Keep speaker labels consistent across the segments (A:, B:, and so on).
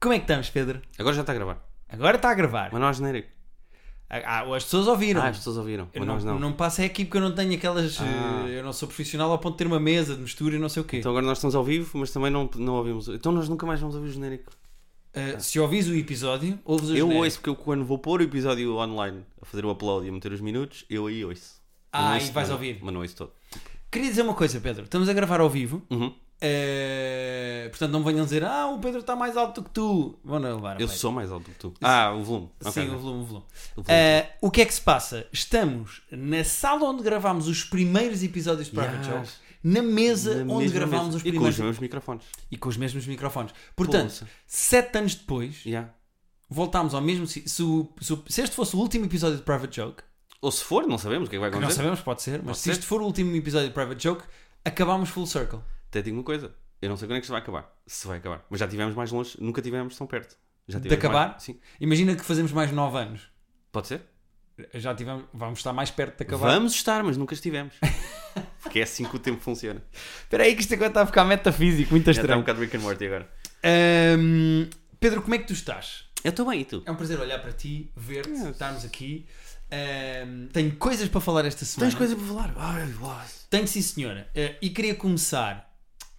A: Como é que estamos, Pedro?
B: Agora já está a gravar.
A: Agora está a gravar.
B: Mas não há genérico.
A: Ah, as pessoas ouviram.
B: Ah, as pessoas ouviram.
A: eu
B: Mas
A: não,
B: nós não. Ah.
A: não passa aqui porque eu não tenho aquelas. eh, Eu não sou profissional ao ponto de ter uma mesa de mistura e não sei o quê.
B: Então agora nós estamos ao vivo, mas também não, não ouvimos. Então nós nunca mais vamos ouvir o genérico.
A: Eh, se ouvis o episódio, ouves o
B: Eu
A: genérico.
B: ouço, porque eu quando vou pôr o episódio online a fazer o upload e a meter os minutos, eu aí ouço.
A: Ah,
B: Não
A: e
B: ouço
A: vais
B: nada,
A: ouvir.
B: Mas não ouço todo.
A: Queria dizer uma coisa, Pedro. Estamos a gravar ao vivo.
B: Uhum.
A: Eh, portanto, não venham dizer, ah, o Pedro está mais alto que tu. Vão não levar. a
B: Eu
A: peito.
B: sou mais alto que tu. Ah, o volume. Ok.
A: Sim, o volume, o volume.
B: O volume.
A: Eh, o que é que se passa? Estamos na sala onde gravámos os primeiros episódios de Private
B: Yes.
A: Jokes, na mesa
B: Na
A: é onde
B: mesma
A: gravámos
B: mesa.
A: os
B: E com os
A: primeiros
B: mesmos microfones.
A: e com os mesmos microfones. Portanto,
B: Pulsa.
A: sete anos depois,
B: Yeah.
A: voltámos ao mesmo. si- Se, o- se, o- se este fosse o último episódio de Private Joke,
B: Ou se for, não sabemos o que é que vai
A: que não
B: acontecer.
A: sabemos, pode ser, mas
B: Pode
A: se
B: ser.
A: este for o último episódio de Private Joke, acabámos full circle.
B: Até digo uma coisa. Eu não sei quando é que isto vai acabar. Se vai acabar. Mas já tivemos mais longe. Nunca tivemos tão perto. Já
A: De
B: tivemos
A: acabar?
B: mais- Sim.
A: Imagina que fazemos mais nove anos.
B: Pode ser?
A: Já tivemos, vamos estar mais perto de acabar.
B: Vamos estar, mas nunca estivemos. Porque é assim que o tempo funciona.
A: Espera aí, que isto agora está a ficar metafísico, muito
B: Já está um
A: estranho.
B: bocado Rick and Morty agora.
A: Ahm, Pedro, como é que tu estás?
B: Eu estou bem, e tu?
A: É um prazer olhar para ti, ver-te,
B: Yes.
A: estarmos aqui. Ahm, tenho coisas para falar esta semana.
B: Tens coisa para falar? Ai, uau.
A: Tenho sim, senhora. Eh, e queria começar.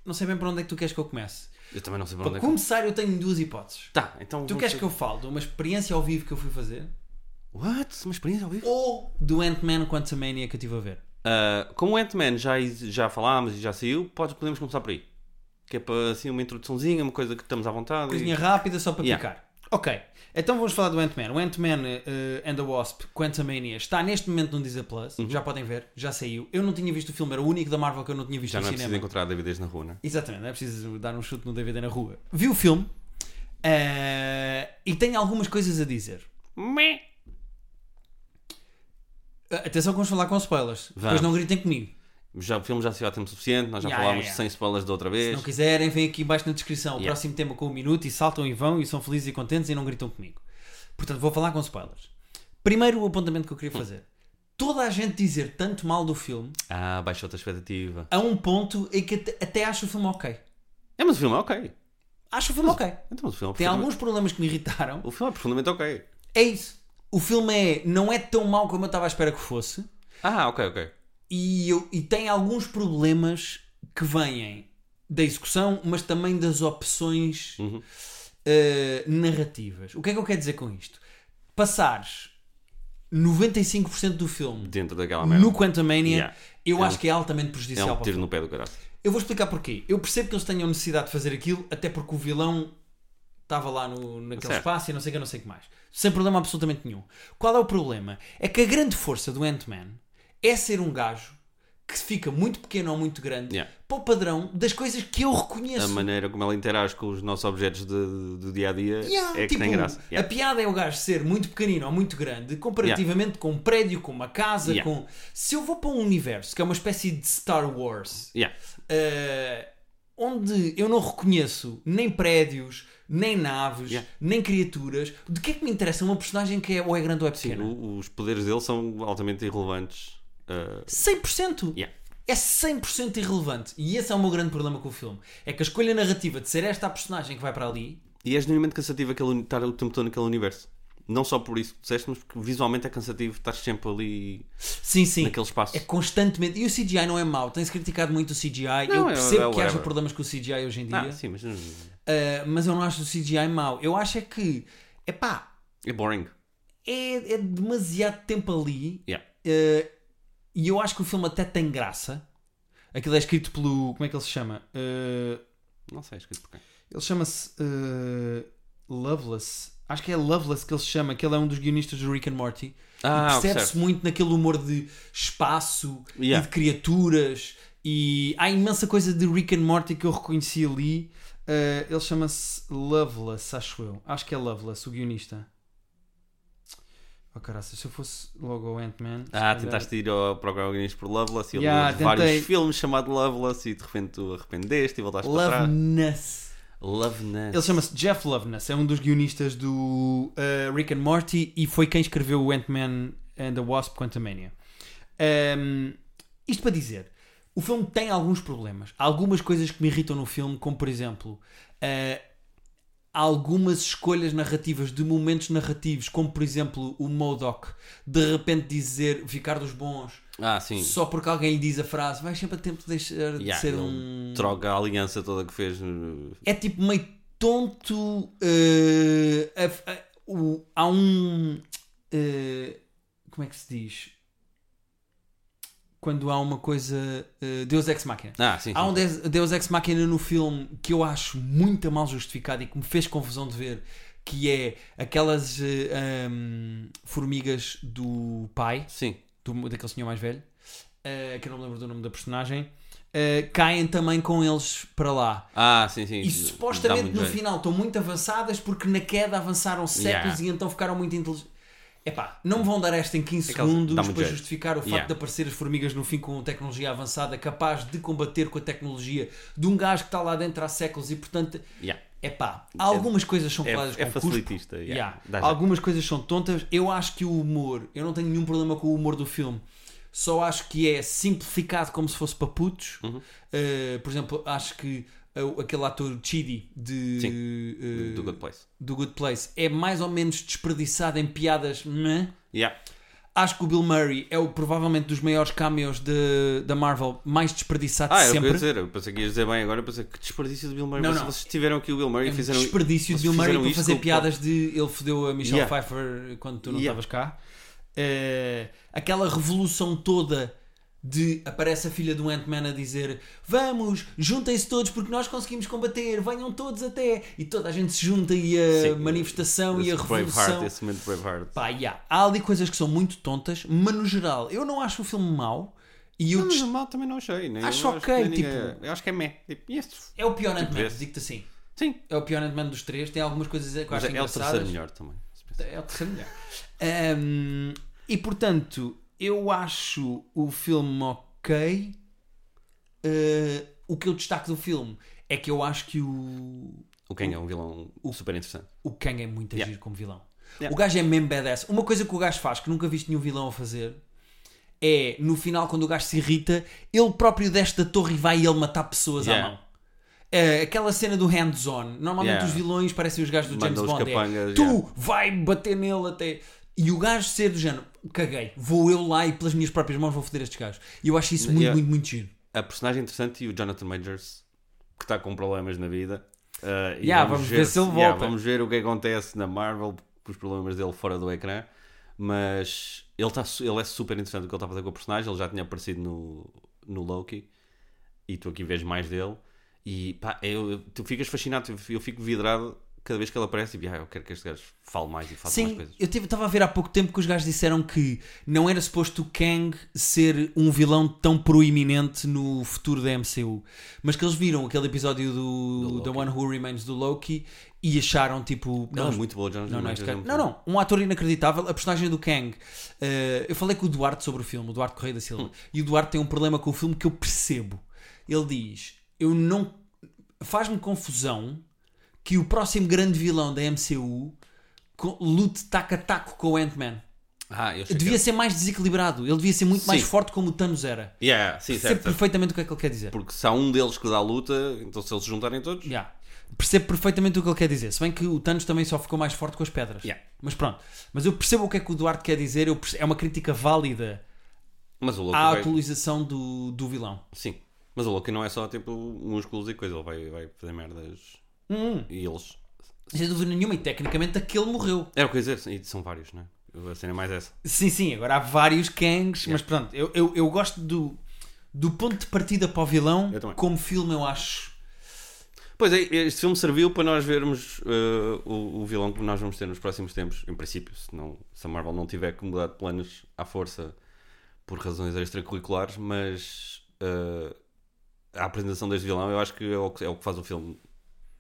A: Não sei bem para onde é que tu queres que eu comece.
B: Eu também não sei para
A: Para
B: onde é que...
A: começar, eu tenho duas hipóteses.
B: Tá, então...
A: Tu queres que eu fale de uma experiência ao vivo que eu fui fazer
B: What? Uma experiência ao vivo?
A: ou do Ant-Man Quantumania que eu estive a ver?
B: Ah, como o Ant-Man já, já falámos e já saiu, podes, podemos começar por aí. Que é para, assim, uma introduçãozinha, uma coisa que estamos à vontade. e-
A: Coisinha rápida só para
B: Yeah.
A: picar. Ok, então vamos falar do Ant-Man. O Ant-Man eh, and the Wasp Quantumania está neste momento no Disney Plus.
B: Uhum.
A: Já podem ver, já saiu. Eu não tinha visto o filme, era o único da Marvel que eu não tinha visto
B: Já
A: no
B: não é preciso
A: cinema.
B: encontrar DVDs na rua, né?
A: Exatamente, não é preciso dar um chute no DVD na rua. Vi o filme eh, e tenho algumas coisas a dizer. Atenção que vamos falar com spoilers. Depois
B: Vamos.
A: não gritem comigo.
B: Já, o filme já saiu há tempo suficiente, nós já
A: Yeah,
B: falámos
A: yeah, yeah.
B: sem spoilers da outra
A: Se
B: vez.
A: não quiserem, vêm aqui embaixo na descrição. O
B: Yeah.
A: próximo tema com um minuto e saltam e vão e são felizes e contentes e não gritam comigo. Portanto, vou falar com spoilers. Primeiro o apontamento que eu queria
B: Hum.
A: fazer. Toda a gente dizer tanto mal do filme
B: Ah, baixou-te a expectativa.
A: a um ponto em que até, até acho o filme ok.
B: É, mas o filme é ok.
A: Acho o filme ok.
B: Então,
A: Tem
B: o filme é profundamente-
A: alguns problemas que me irritaram.
B: O filme é profundamente ok.
A: É isso. O filme é, não é tão mau como eu estava à espera que fosse.
B: Ah, ok, ok.
A: e, eu- e tem alguns problemas que vêm da execução, mas também das opções
B: Uhum.
A: eh, narrativas. O que é que eu quero dizer com isto? Passares 95% do filme
B: Dentro daquela merda.
A: no Quantumania,
B: Yeah.
A: eu
B: É
A: acho
B: um-
A: que é altamente
B: É
A: prejudicial
B: um
A: para o
B: tiro
A: filme.
B: no pé do caralho.
A: Eu vou explicar porquê. Eu percebo que eles tenham necessidade de fazer aquilo, até porque o vilão estava lá no, naquele
B: Certo.
A: espaço e não sei o que, não sei o que mais. Sem problema absolutamente nenhum. Qual é o problema? É que a grande força do Ant-Man é ser um gajo que fica muito pequeno ou muito grande
B: Yeah. Ah,
A: para o padrão das coisas que eu
B: A
A: reconheço.
B: maneira como ela interage com os nossos objetos de- do dia a dia
A: Yeah,
B: é que
A: tipo,
B: tem graça.
A: A
B: Yeah.
A: piada é o gajo ser muito pequenino ou muito grande comparativamente com um prédio, com uma casa,
B: Yeah.
A: com... Se eu vou para um universo que é uma espécie de Star Wars
B: Yeah.
A: Uh, onde eu não reconheço nem prédios, nem naves,
B: Yeah.
A: nem criaturas, de que é que me interessa uma personagem que é ou é grande ou é
B: Sim,
A: pequena?
B: o- os poderes dele são altamente irrelevantes. Uh,
A: 100%!
B: yeah.
A: É 100% irrelevante. E esse é o meu grande problema com o filme. É que a escolha narrativa de ser esta a personagem que vai para ali,
B: E é genuinamente cansativo aquele, uni- estar o tempo todo naquele universo. Não só por isso que disseste, mas porque visualmente é cansativo estar sempre ali
A: sim, sim.
B: naquele espaço.
A: É constantemente. E o CGI não é mau, tem-se criticado muito o CGI.
B: Não,
A: eu
B: é-
A: percebo
B: é
A: que haja
B: whatever.
A: problemas com o CGI hoje em dia,
B: Ah, sim, mas não-
A: uh, mas eu não acho o CGI mau. Eu acho é que, epá,
B: é boring.
A: é, é demasiado tempo ali
B: Yeah.
A: Eh, e eu acho que o filme até tem graça. Aquilo é escrito pelo. Como é que ele se chama? Eh,
B: Não sei, escrito por quem.
A: ele chama-se. eh, Loveless. Acho que é Loveless que ele se chama, que ele é um dos guionistas do Rick and Morty.
B: Ah,
A: Percebe-se
B: certo.
A: muito naquele humor de espaço
B: Yeah.
A: e de criaturas. E há imensa coisa de Rick and Morty que eu reconheci ali. Eh, ele chama-se Loveless, acho eu. Acho que é Loveless, o guionista. Oh, caraças, se eu fosse logo ao Ant-Man. se
B: Ah,
A: calhar-
B: tentaste ir ao programa Guinness por Loveless e ele
A: Yeah,
B: de vários
A: tentei.
B: filmes chamado Loveless e de repente tu arrependeste e voltaste para trás.
A: Loveness.
B: Loveness.
A: Ele chama-se Jeff Loveness, é um dos guionistas do uh, Rick and Morty e foi quem escreveu o Ant-Man and the Wasp Quantumania. Um, isto para dizer, o filme tem alguns problemas. Há algumas coisas que me irritam no filme, como por exemplo, uh, algumas escolhas narrativas de momentos narrativos, como por exemplo o Modoc de repente dizer ficar dos bons
B: Ah, sim.
A: só porque alguém lhe diz a frase, vais sempre a tempo de deixar de
B: Yeah,
A: ser
B: ele
A: um.
B: Troca a aliança toda que fez. uh,
A: É tipo meio tonto. eh, a- a- o- há um. eh, como é que se diz? Quando há uma coisa. eh, Deus Ex Machina.
B: Ah, sim.
A: Há
B: sim.
A: um Deus, Deus Ex Machina no filme que eu acho muito mal justificado e que me fez confusão de ver, que é aquelas eh, ahm, formigas do pai,
B: Sim.
A: do, daquele senhor mais velho, eh, que eu não me lembro do nome da personagem, eh, caem também com eles para lá.
B: Ah, sim, sim.
A: E supostamente no
B: fim
A: final estão muito avançadas porque na queda avançaram séculos
B: Yeah.
A: e então ficaram muito inteligentes. Epá, não me vão dar esta em 15
B: É que elas-
A: segundos
B: dá
A: para
B: muito jeito.
A: justificar o facto
B: Yeah.
A: de aparecer as formigas no fim com tecnologia avançada capaz de combater com a tecnologia de um gajo que está lá dentro há séculos e portanto,
B: Yeah.
A: epá, algumas coisas são
B: É,
A: claras
B: é
A: com cuspo.
B: facilitista. Yeah.
A: um Yeah.
B: Dá jeito.
A: Algumas coisas são tontas. Eu acho que o humor, eu não tenho nenhum problema com o humor do filme. Só acho que é simplificado como se fosse para putos.
B: Uhum.
A: Uh, por exemplo, acho que uh, aquele ator Chidi de, uh,
B: Do Good Place.
A: do Good Place é mais ou menos desperdiçado em piadas. meh.
B: Yeah.
A: Acho que o Bill Murray é o, provavelmente dos maiores cameos de- da Marvel mais desperdiçado
B: Ah, eu
A: sempre.
B: queria dizer, eu pensei que ias dizer bem agora, eu pensei que desperdício do Bill Murray.
A: Não,
B: Vocês-
A: não.
B: Vocês tiveram aqui o Bill Murray
A: É
B: e
A: um
B: fizeram.
A: desperdício de Bill
B: vocês
A: Murray
B: fizeram
A: para
B: isto
A: fazer
B: com o-
A: piadas de ele fodeu a Michelle
B: Yeah.
A: Pfeiffer quando tu não
B: Yeah.
A: estavas cá. Eh, aquela revolução toda de aparece a filha do Ant-Man a dizer vamos, juntem-se todos porque nós conseguimos combater, venham todos até e toda a gente se junta e a
B: Sim.
A: manifestação e
B: Esse
A: a
B: Braveheart,
A: revolução
B: esse momento de Braveheart.
A: Pá, yeah. há ali coisas que são muito tontas mas no geral, eu não acho o filme mau e eu
B: Não, mas
A: dest-
B: mal também não achei. Nem,
A: Acho
B: eu
A: ok,
B: que nem ninguém-
A: tipo-
B: Eu acho que é meh. Tipo, e este?
A: é o pior Ant-Man,
B: esse.
A: digo-te assim
B: Sim.
A: é o pior Ant-Man dos três, tem algumas coisas que eu
B: Mas
A: acho
B: é, é o terceiro
A: engraçadas
B: melhor também. se pensar.
A: É o terceiro melhor. Ahm, e portanto, eu acho o filme ok. Ah, o que eu destaco do filme é que eu acho que o,
B: O Kang é um vilão super interessante.
A: o Kang é muito
B: Yeah.
A: agir como vilão.
B: Yeah.
A: O gajo é mesmo badass. Uma coisa que o gajo faz que nunca viste nenhum vilão a fazer é no final, quando o gajo se irrita, ele próprio desce da torre e vai ele matar pessoas à
B: Yeah.
A: mão. É, aquela cena do hands-on. Normalmente
B: Yeah.
A: os vilões parecem os gajos do
B: Mandam
A: James
B: os
A: Bond. é,
B: capangas,
A: tu
B: yeah.
A: vai bater nele até. E o gajo ser do género, caguei, vou eu lá e pelas minhas próprias mãos vou foder estes gajos. E eu acho isso muito,
B: Yeah.
A: muito, muito giro.
B: A personagem interessante e o Jonathan Majors, que está com problemas na vida. Uh, e
A: Yeah, vamos ver se ele
B: yeah,
A: volta.
B: vamos ver o que acontece na Marvel com os problemas dele fora do ecrã. Mas ele, tá, su- ele é super interessante o que ele está a fazer com o personagem. Ele já tinha aparecido no, no Loki. E tu aqui vês mais dele. E pá, eu, eu- tu ficas fascinado. Eu, eu fico vidrado cada vez que ele aparece. E ah, eu quero que este gajo fale mais e faça mais
A: Sim,
B: coisas.
A: eu estava a ver há pouco tempo que os gajos disseram que não era suposto o Kang ser um vilão tão proeminente no futuro da MCU, mas que eles viram aquele episódio do,
B: Do
A: The
B: Loki.
A: One Who Remains do Loki e acharam tipo.
B: Ele
A: Não,
B: é muito bom, o Jonathan
A: não, não,
B: Majors.
A: este
B: é
A: cara-
B: muito
A: não,
B: bom.
A: não, um ator inacreditável. A personagem do Kang, eh, eu falei com o Duarte sobre o filme, o Duarte Correia da
B: Hum.
A: Silva, e o Duarte tem um problema com o filme que eu percebo. Ele diz: Eu não. Faz-me confusão que o próximo grande vilão da MCU co- lute taco a taco com o Ant-Man.
B: Ah, eu achei que
A: Devia
B: era-
A: ser mais desequilibrado, ele devia ser muito mais
B: Sim.
A: forte como o Thanos era.
B: Yeah, sim,
A: Percebo
B: certo, certo.
A: perfeitamente o que é que ele quer dizer.
B: Porque se há um deles que dá a luta, então se eles se juntarem todos.
A: Yeah. Percebo perfeitamente o que ele quer dizer. Se bem que o Thanos também só ficou mais forte com as pedras.
B: Yeah.
A: Mas pronto. Mas eu percebo o que é que o Duarte quer dizer. eu perce- É uma crítica válida
B: Mas o Loki.
A: à
B: vai-
A: atualização do, do vilão.
B: Sim. Mas o Loki não é só tipo músculos e coisa. Ele vai, vai fazer merdas.
A: Hum,
B: E eles.
A: sem dúvida nenhuma. E tecnicamente aquele morreu.
B: Era o que eu ia dizer. E são vários, não é? A cena é mais essa.
A: Sim, sim. Agora há vários Kangs. Mas pronto. Eu, eu, eu gosto do, do ponto de partida para o vilão.
B: Eu também.
A: Como filme, eu acho.
B: Pois é, este filme serviu para nós vermos eh, o, o vilão que nós vamos ter nos próximos tempos. Em princípio, se, não, se a Marvel não tiver que mudar de planos à força por razões extracurriculares, mas eh, a apresentação deste vilão eu acho que é o que, é o que faz o filme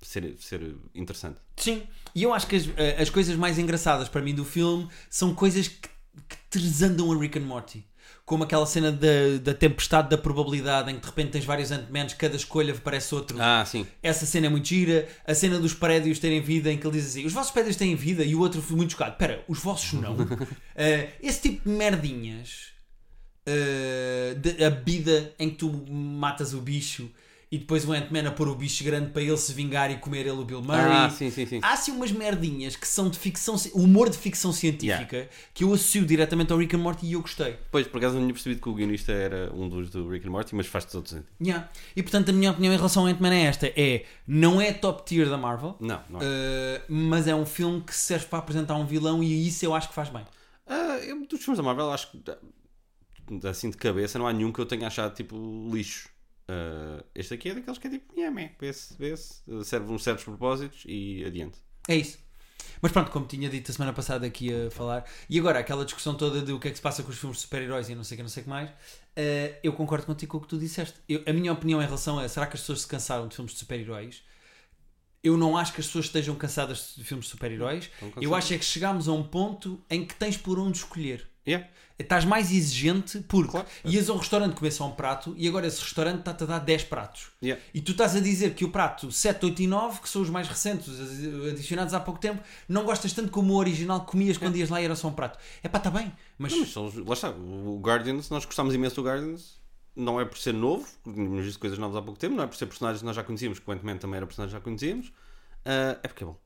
B: ser, ser interessante.
A: Sim. E eu acho que as, eh, as coisas mais engraçadas para mim do filme são coisas que, que transandam a Rick and Morty. Como aquela cena da, da tempestade da probabilidade em que de repente tens vários Ant-Mans, cada escolha parece outro.
B: Ah, sim.
A: Essa cena é muito gira. A cena dos prédios terem vida, em que ele diz assim: os vossos prédios têm vida, e o outro foi muito chocado. Espera, os vossos não. Eh, esse tipo de merdinhas. eh, de- a vida em que tu matas o bicho e depois o Ant-Man a pôr o bicho grande para ele se vingar e comer ele o Bill Murray.
B: Ah, sim, sim, sim.
A: Há assim umas merdinhas que são de ficção, ci- humor de ficção científica que eu associo diretamente ao Rick and Morty e eu gostei.
B: Pois, por acaso não tinha percebido que o guionista era um dos do Rick and Morty, mas faz todos sentido.
A: Yeah. E portanto, a minha opinião em relação ao Ant-Man é esta: é não é top tier da Marvel,
B: Não, não é.
A: eh, mas é um filme que serve para apresentar um vilão e isso eu acho que faz bem.
B: Ah, eu, dos filmes da Marvel, acho que da- assim de cabeça, não há nenhum que eu tenha achado tipo lixo. Ah, este aqui é daqueles que é tipo, yeah, man, vê-se, vê-se, serve uns certos propósitos e adiante.
A: É isso. Mas pronto, como tinha dito a semana passada aqui a falar, e agora aquela discussão toda de o que é que se passa com os filmes de super-heróis e não sei o que, não sei o que mais, eh, eu concordo contigo com o que tu disseste. Eu- a minha opinião em relação a será que as pessoas se cansaram de filmes de super-heróis? Eu não acho que as pessoas estejam cansadas de filmes de super-heróis.
B: cansadas.
A: Eu acho é que chegámos a um ponto em que tens por onde escolher.
B: Yeah.
A: Estás mais exigente porque
B: Claro.
A: ias a um restaurante comer só um prato e agora esse restaurante está-te a dar 10 pratos.
B: Yeah.
A: E tu estás a dizer que o prato 7, 8 e 9, que são os mais recentes, os adicionados há pouco tempo, não gostas tanto como o original que comias quando ias lá e era só um prato. É pá, está bem, mas,
B: Não, mas são os- lá está, o Guardians, nós gostámos imenso do Guardians, não é por ser novo, tínhamos visto coisas novas há pouco tempo, não é por ser personagens que nós já conhecíamos, que o Ant-Man também era personagem que já conhecíamos, Ah, é porque é bom.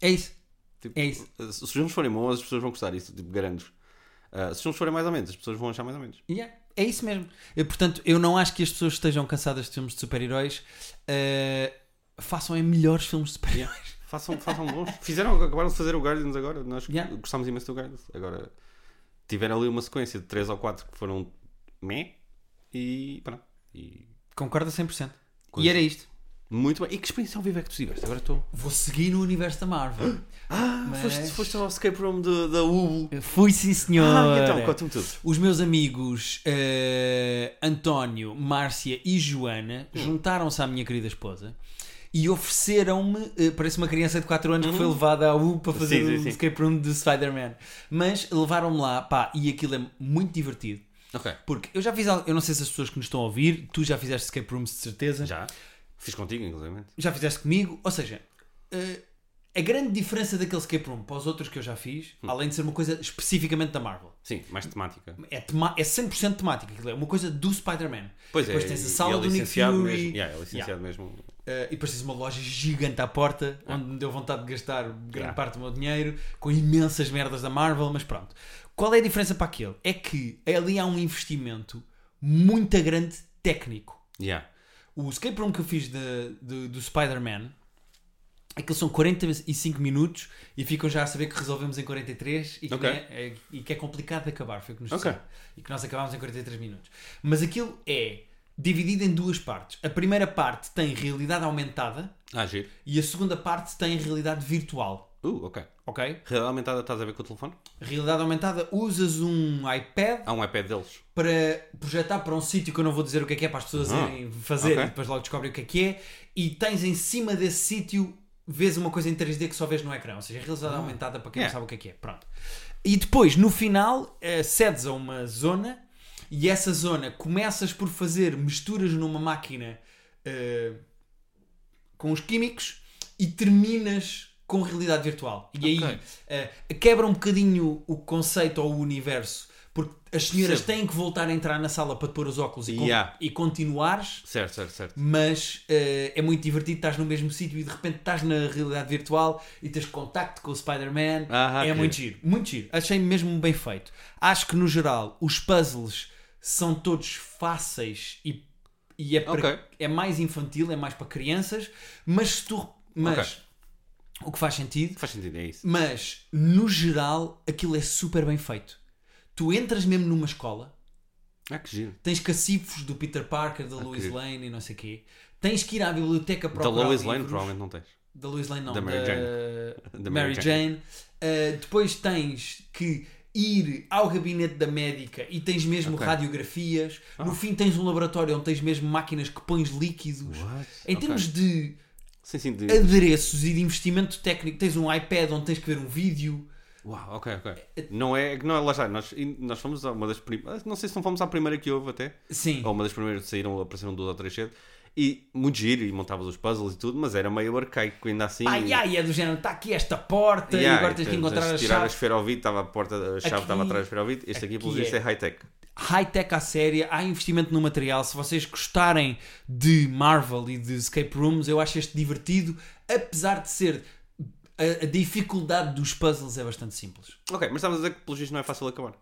A: é isso.
B: Tipo,
A: É isso.
B: ah, Se os filmes forem bons, as pessoas vão gostar, isso, tipo, garanto Ah, se os filmes forem mais ou menos, as pessoas vão achar mais ou menos.
A: Yeah, É isso mesmo. Eh, Portanto, eu não acho que as pessoas estejam cansadas de filmes de super-heróis. Eh, façam é melhores filmes de super-heróis.
B: Façam, façam bons. Fizeram, acabaram de fazer o Guardians agora. Nós
A: Yeah.
B: gostámos imenso do Guardians. Agora tiveram ali uma sequência de 3 ou 4 que foram meh e pronto. E
A: Concordo a 100%.
B: Coisa.
A: E era isto.
B: muito bem. E que experiência ao vivo é que tu tiveste? Agora estou.
A: Vou seguir no universo da Marvel.
B: Ah,
A: Mas-
B: foste, foste ao escape room da- da Ubu.
A: Fui sim, senhor.
B: Ah, então, conta-me tudo.
A: Os meus amigos eh, António, Márcia e Joana juntaram-se à minha querida esposa e ofereceram-me, eh, parece uma criança de 4 anos que foi levada à U para fazer
B: Uhum. Sim, sim,
A: o
B: sim.
A: escape room do Spider-Man, mas levaram-me lá, pá, e aquilo é muito divertido.
B: Ok.
A: Porque eu já fiz, al- eu não sei se as pessoas que nos estão a ouvir, tu já fizeste escape rooms de certeza,
B: Já? Fiz contigo, inclusive.
A: já fizeste comigo, ou seja, eh, a grande diferença daquele escape room para os outros que eu já fiz,
B: Hum.
A: além de ser uma coisa especificamente da Marvel,
B: Sim, mais temática.
A: é, tema- é 100% temática, aquilo é uma coisa do Spider-Man.
B: Pois
A: depois
B: é,
A: tens a
B: e-
A: sala
B: e é
A: do Nick
B: licenciado
A: Fury.
B: mesmo. Yeah, é licenciado mesmo.
A: Yeah. Eh, e depois tens uma loja gigante à porta, onde me deu vontade de gastar grande
B: Ah. Yeah.
A: parte do meu dinheiro, com imensas merdas da Marvel, mas pronto. Qual é a diferença para aquele? É que ali há um investimento muito grande técnico.
B: Yeah.
A: O escape room que eu fiz de- de- do Spider-Man, aqueles são 45 minutos e ficam já a saber que resolvemos em 43 e que,
B: Ok.
A: né, é, e que é complicado de acabar, foi o que nos
B: Ok.
A: disseram. E que nós acabámos em 43 minutos. Mas aquilo é dividido em duas partes. A primeira parte tem realidade aumentada
B: Ah, giro.
A: e a segunda parte tem realidade virtual,
B: Uh, ok.
A: ok?
B: Realidade aumentada, estás a ver com o telefone?
A: Realidade aumentada, usas um iPad
B: Há um iPad deles.
A: para projetar para um sítio que eu não vou dizer o que é que é para as pessoas
B: Ah,
A: irem fazer
B: ok.
A: e depois logo descobrem o que é que é e tens em cima desse sítio vês uma coisa em 3D que só vês no ecrã, ou seja, realidade aumentada para quem
B: Ah. Yeah.
A: não sabe o que é que é, pronto. E depois, no final, eh, cedes a uma zona e essa zona começas por fazer misturas numa máquina eh, com os químicos e terminas com realidade virtual. E aí
B: Ok.
A: eh, quebra um bocadinho o conceito ou o universo, porque as senhoras
B: Percebo.
A: têm que voltar a entrar na sala para te pôr os óculos e, con-
B: Yeah.
A: e continuares,
B: Certo, certo, certo.
A: mas eh, é muito divertido, estás no mesmo sítio e de repente estás na realidade virtual e tens contacto com o Spider-Man.
B: Ah,
A: é
B: ok.
A: muito giro, muito giro. Achei mesmo bem feito. Acho que no geral os puzzles são todos fáceis e, e é, para-
B: Ok.
A: é mais infantil, é mais para crianças, mas se tu. Mas
B: Ok.
A: o que faz sentido
B: Faz sentido, é isso.
A: mas, no geral, aquilo é super bem feito. Tu entras mesmo numa escola,
B: Ah, que giro.
A: tens cacifos do Peter Parker, da Lois
B: Ah, querido.
A: Lane e não sei o quê. Tens que ir à biblioteca
B: Da
A: procurar
B: Lois Tá Lane,
A: livros.
B: provavelmente não tens.
A: Da Lois Lane não,
B: Da
A: da
B: Mary
A: Mary
B: Jane.
A: Jane.
B: Da Mary
A: Uh, depois tens que ir ao gabinete da médica e tens mesmo
B: Ok. Ah.
A: radiografias. No fim tens um laboratório onde tens mesmo máquinas que pões líquidos.
B: What?
A: Em
B: Ok.
A: termos de
B: Sim, sim. De...
A: adereços e de investimento técnico, tens um iPad onde tens que ver um vídeo.
B: Uau, ok, ok. Não é. Não, é- lá está. Nós, e nós fomos ah, a uma das primeiras. Não sei se não fomos à primeira que houve até.
A: Sim.
B: Ou uma das primeiras que saíram, apareceram duas ou três cedo. E muito giro, e montavas os puzzles e tudo, mas era meio arcaico ainda assim.
A: Ai,
B: e-
A: ai, é do género, está aqui esta porta e
B: Yeah,
A: agora tens que
B: então,
A: encontrar a
B: tirar a
A: chave.
B: esferovite, estava a porta, a chave
A: Aqui-
B: estava atrás da esferovite. Este aqui, pelo
A: aqui
B: visto,
A: é-
B: é high-tech.
A: High-tech à séria, há investimento no material. Se vocês gostarem de Marvel e de escape rooms, eu acho este divertido, apesar de ser. A, a dificuldade dos puzzles é bastante simples.
B: Ok, mas estavas a dizer que, pelo visto, não é fácil acabar.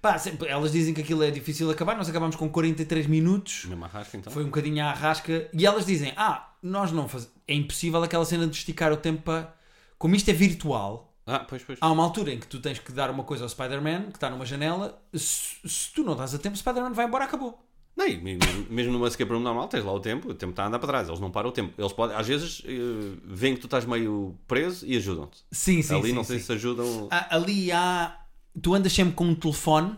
A: Pá, sempre- elas dizem que aquilo é difícil de acabar, nós acabamos com 43 minutos.
B: Mesmo arrasca, então.
A: Foi um bocadinho à rasca. E elas dizem: Ah, nós não fazemos. É impossível aquela cena de esticar o tempo para. Como isto é virtual,
B: Ah, pois, pois.
A: há uma altura em que tu tens que dar uma coisa ao Spider-Man, que está numa janela. Se, se tu não dás a tempo, o Spider-Man vai embora, acabou.
B: Não, e mesmo, mesmo numa escape room normal, tens lá o tempo, o tempo está a andar para trás, eles não param o tempo. Eles podem, às vezes, eh, veem que tu estás meio preso e ajudam-te.
A: Sim, sim.
B: Ali
A: sim,
B: não
A: sim. Ah.
B: sei se ajudam.
A: Há- ali há. Tu andas sempre com um telefone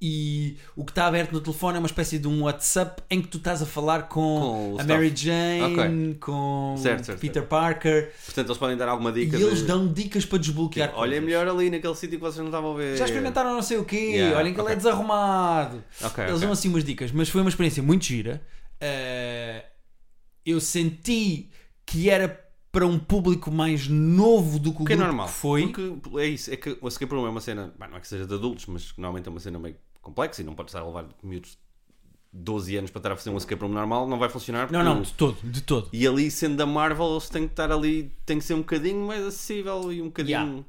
A: e o que está aberto no telefone é uma espécie de um WhatsApp em que tu estás a falar
B: Com
A: com,
B: o
A: a
B: staff.
A: Mary Jane,
B: Ok.
A: com
B: Certo, certo,
A: Peter Parker
B: Portanto, eles podem dar alguma
A: e
B: dica.
A: eles
B: de-
A: dão dicas para desbloquear.
B: Olha, é
A: coisas.
B: melhor ali naquele sítio que vocês não estavam a ver.
A: Já experimentaram não sei o quê,
B: Yeah,
A: olhem que ele
B: ok.
A: é desarrumado.
B: Ok,
A: Eles
B: ok.
A: dão assim umas dicas, mas foi uma experiência muito gira. Eh, eu senti que era para um público mais novo do que o
B: Que é
A: grupo
B: normal.
A: que foi.
B: Porque é isso, é que o escape room é uma cena, pá, não é que seja de adultos, mas que normalmente é uma cena meio complexa e não pode estar a levar miúdos de 12 anos para estar a fazer um escape room normal, não vai funcionar.
A: Não,
B: porque
A: não,
B: o-
A: de todo, de todo.
B: E ali, sendo da Marvel, eles têm que estar ali, tem que ser um bocadinho mais acessível e um bocadinho.
A: Yeah.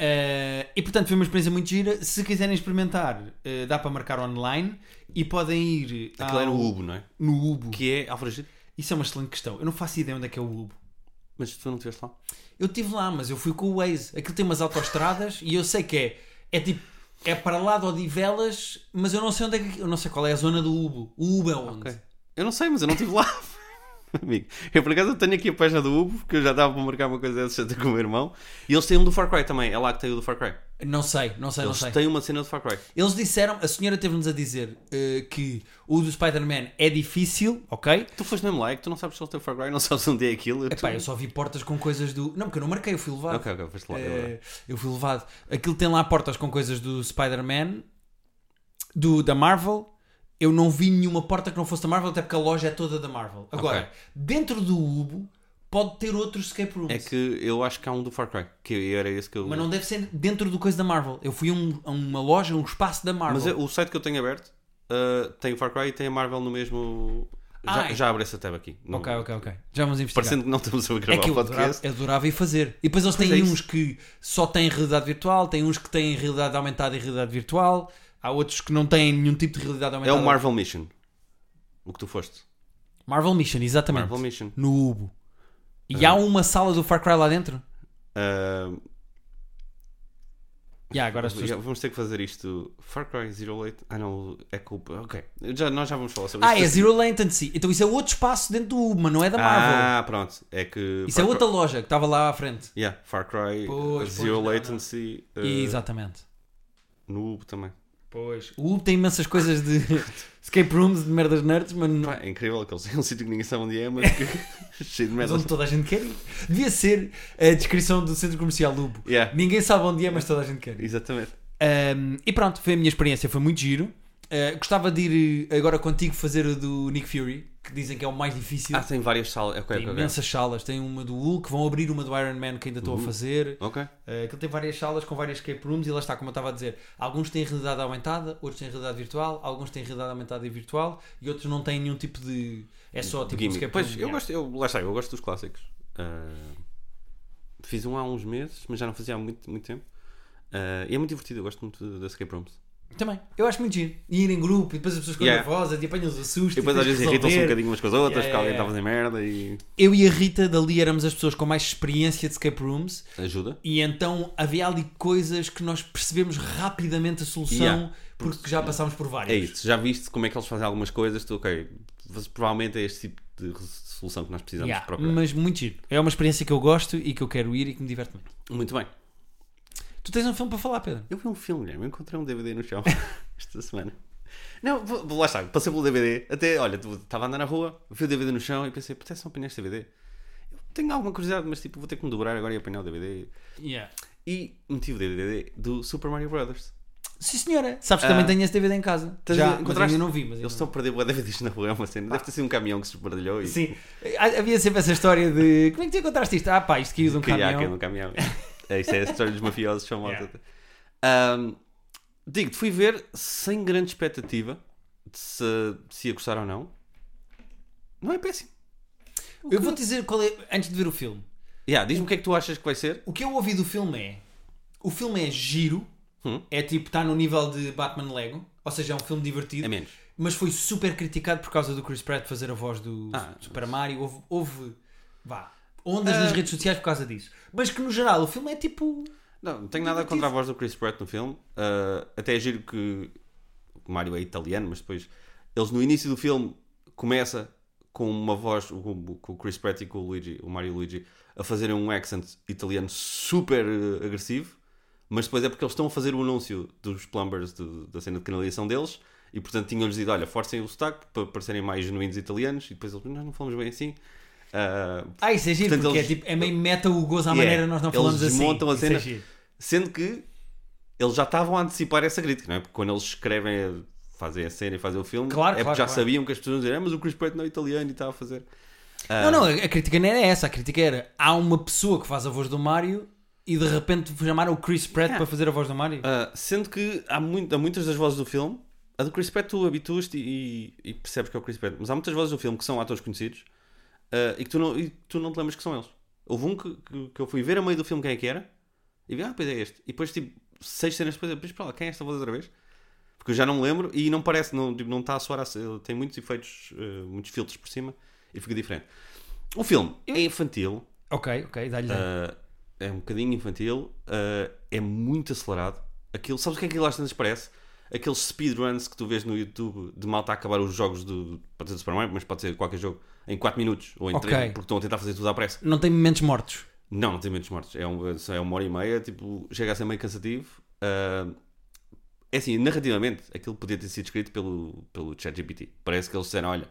A: Eh, e portanto foi uma experiência muito gira. Se quiserem experimentar, eh, dá para marcar online e podem ir
B: Aquilo
A: ao-
B: era o Ubo, não é?
A: no Ubo.
B: Que é Alfragito.
A: Isso é uma excelente questão. Eu não faço ideia onde é que é o Ubo.
B: Mas tu não estiveste lá?
A: Eu estive lá, mas eu fui com o Waze. Aquilo tem umas autoestradas e eu sei que é. É tipo. É para lá de Odivelas, mas eu não sei onde é que. Eu não sei qual é a zona do Ubo. O Ubo é onde?
B: Ok. Eu não sei, mas eu não estive lá. Amigo, eu por acaso tenho aqui a página do Ubo, porque eu já estava para marcar uma coisa dessas até com o meu irmão. E eles têm um do Far Cry também, é lá que tem o do Far Cry.
A: Não sei, não sei, não
B: Eles
A: sei.
B: têm uma cena do Far Cry.
A: Eles disseram, a senhora teve-nos a dizer eh, que o do Spider-Man é difícil, ok?
B: Tu foste mesmo lá, é que tu não sabes se eles têm o Far Cry, não sabes onde é aquilo. Eu
A: Epá, eu só vi portas com coisas do. Não, porque eu não marquei, eu fui levado.
B: Ok, ok, foste lá. é verdade.
A: Eh, eu fui levado. Aquilo tem lá portas com coisas do Spider-Man, do, da Marvel. Eu não vi nenhuma porta que não fosse da Marvel, até porque a loja é toda da Marvel. Agora,
B: Ok.
A: dentro do Ubo pode ter outros escape rooms.
B: É que eu acho que há um do Far Cry, que era esse que eu.
A: Mas não deve ser dentro do coisa da Marvel. Eu fui a, um- a uma loja, um espaço da Marvel.
B: Mas eu- o site que eu tenho aberto ah, tem o Far Cry e tem a Marvel no mesmo. Já,
A: Ai.
B: já abre essa tab aqui. Não-
A: Ah, é. Ok, ok, ok. Já vamos investigar.
B: Parecendo que não estamos a
A: É
B: gravar
A: que
B: o
A: eu adorava,
B: podcast.
A: eu adorava ir fazer. E depois eles
B: Pois é
A: têm
B: isso.
A: uns que só têm realidade virtual, têm uns que têm realidade aumentada e realidade virtual, há outros que não têm nenhum tipo de realidade
B: É
A: aumentada.
B: o Marvel Mission. O que tu foste.
A: Marvel Mission, exatamente.
B: Marvel Mission. É.
A: No Ubo. E há uma sala do Far Cry lá dentro?
B: Ah,
A: Já, agora as pessoas.
B: já vamos ter que fazer isto. Far Cry 08. Ah, não, é culpa. Ok. Já, nós já vamos falar sobre
A: Ah, é
B: isto.
A: Zero Latency. Então isso é outro espaço dentro do Ubo, mas não é da Marvel.
B: Ah, pronto. É que.
A: isso
B: Far
A: é
B: Cry-
A: outra loja que estava lá à frente.
B: Yeah, Far Cry uh,
A: Pois,
B: Zero
A: pois, não,
B: Latency ah,
A: Exatamente.
B: no Ubo também.
A: Pois. O Ubo tem imensas coisas de escape rooms, de merdas nerds, mas não.
B: Pá, é incrível que eles têm um sítio que ninguém sabe onde é, mas que cheio de
A: mas um
B: merda.
A: Onde toda a gente quer ir. Devia ser a descrição do centro comercial Ubo.
B: Yeah,
A: Ninguém sabe onde é, mas toda a gente quer. ir.
B: exatamente.
A: Um, e pronto, foi a minha experiência, foi muito giro. Uh, gostava de ir uh, agora contigo fazer o do Nick Fury, que dizem que é o mais difícil.
B: Ah, tem várias salas. Ok,
A: Tem
B: ok, ok.
A: imensas salas. Tem uma do Hulk, vão abrir uma do Iron Man que ainda estou a fazer.
B: Ok.
A: Uh, aquilo tem várias salas com várias escape rooms e lá está, como eu estava a dizer, alguns têm realidade aumentada, outros têm realidade virtual, alguns têm realidade aumentada e virtual e outros não têm nenhum tipo de. É só tipo um
B: Gimmick.
A: escape
B: Pois,
A: room.
B: eu
A: yeah.
B: gosto, eu, lá está, eu gosto dos clássicos. Ah, fiz um há uns meses, mas já não fazia há muito, muito tempo. Ah, e é muito divertido, eu gosto muito da escape rooms.
A: Também, eu acho muito giro. E ir em grupo e depois as pessoas ficam
B: Yeah.
A: nervosas e apanham-os assustos.
B: E depois às vezes irritam-se um bocadinho umas com as outras,
A: Yeah,
B: porque alguém
A: yeah,
B: está a fazer merda e
A: Eu e a Rita dali éramos as pessoas com mais experiência de escape rooms
B: ajuda.
A: e então havia ali coisas que nós percebemos rapidamente a solução
B: Yeah.
A: porque já passámos por várias.
B: É isso, já viste como é que eles fazem algumas coisas, tu, ok, você- provavelmente é este tipo de re- solução que nós precisamos
A: Yeah,
B: procurar.
A: mas muito giro. É uma experiência que eu gosto e que eu quero ir e que me diverte muito.
B: Muito bem.
A: Tu tens um filme para falar, Pedro?
B: Eu vi um filme, Guilherme. Eu encontrei um DVD no chão esta semana. Não, vou- vou- lá está, passei pelo DVD. Até, olha, tu- estava a andar na rua, vi o DVD no chão e pensei, putz, só apanhar este DVD. Eu tenho alguma curiosidade, mas tipo, vou ter que me dobrar agora e apanhar o DVD. E meti o DVD do Super Mario Brothers.
A: Sim, senhora. Sabes que também tenho esse DVD em casa.
B: Tens-
A: Já, mas
B: Ah. encontraste-
A: ainda não vi. Mas
B: Eles
A: ainda
B: estão a perder o DVDs na rua, é uma cena. Deve ter sido um caminhão que se esbardalhou
A: não.
B: e.
A: Sim. Há- Havia sempre essa história de como é que tu encontraste isto? Ah, pá, isto caiu de um
B: Caiaque
A: caminhão.
B: é um caminhão. é, isso é a história dos mafiosos famosa.
A: Yeah.
B: Ahm, Digo-te, fui ver sem grande expectativa de se, se ia gostar ou não. Não é péssimo.
A: Eu vou te dizer qual é, antes de ver o filme.
B: Yeah, Diz-me o que é que tu achas que vai ser.
A: O que eu ouvi do filme é. O filme é giro,
B: Hum.
A: é tipo, está no nível de Batman Lego, ou seja, é um filme divertido,
B: É menos.
A: mas foi super criticado por causa do Chris Pratt fazer a voz do
B: Ah,
A: Super Mario. Houve, houve vá, ondas nas redes sociais por causa disso. Mas que no geral o filme é tipo.
B: Não, não tenho nada contra a voz do Chris Pratt no filme. Ah, até é giro que o Mario é italiano, mas depois eles no início do filme começa com uma voz com, com o Chris Pratt e com o Luigi, o Mario e o Luigi a fazerem um accent italiano super eh, agressivo, mas depois é porque eles estão a fazer o anúncio dos plumbers do- da cena de canalização deles e portanto tinham-lhes dito, olha, forcem o sotaque para parecerem mais genuínos italianos e depois eles, nós não falamos bem assim. Ah,
A: Ah, isso é giro,
B: Portanto,
A: porque
B: eles-
A: é tipo, é meio meta o gozo à
B: Yeah,
A: maneira, nós não
B: eles
A: falamos assim.
B: desmontam a
A: Isso é
B: cena.
A: giro.
B: Sendo que eles já estavam a antecipar essa crítica, não é? Porque quando eles escrevem, fazem a cena e fazem o filme,
A: Claro,
B: é porque
A: claro,
B: já
A: claro.
B: sabiam que as pessoas iam dizer, ah, mas o Chris Pratt não é italiano e está a fazer.
A: Não,
B: Ah.
A: não, a a crítica não era essa, a crítica era há uma pessoa que faz a voz do Mario e de repente chamaram o Chris Pratt para fazer a voz do Mario.
B: Ah, sendo que há, muito, há muitas das vozes do filme, a do Chris Pratt tu habituas-te e, e percebes que é o Chris Pratt, mas há muitas vozes do filme que são atores conhecidos ah, e, que tu não, e que tu não te lembras que são eles. Houve um que, que, que eu fui ver a meio do filme quem é que era e vi, ah, pois é este. E depois, tipo, seis cenas depois, eu "Mas espera lá, quem é esta voz outra vez? Porque eu já não me lembro e não parece, não, tipo, não está a soar, a, tem muitos efeitos, eh, muitos filtros por cima e fica diferente. O filme é infantil,
A: Ok, ok, dá-lhe. dá-lhe.
B: Uh, é um bocadinho infantil, uh, é muito acelerado. Aquilo, sabes o que é que aquilo às tantas parece? Aqueles speedruns que tu vês no YouTube de malta a acabar os jogos do. Pode ser do Super Mario, mas pode ser qualquer jogo em 4 minutos ou em
A: Ok.
B: 3, porque estão a tentar fazer tudo à pressa.
A: Não tem momentos mortos.
B: Não, não tem muitos mortos. É, um, é uma hora e meia, tipo, chega a ser meio cansativo. Uh, é assim, narrativamente, aquilo podia ter sido escrito pelo, pelo ChatGPT. Parece que eles disseram: olha,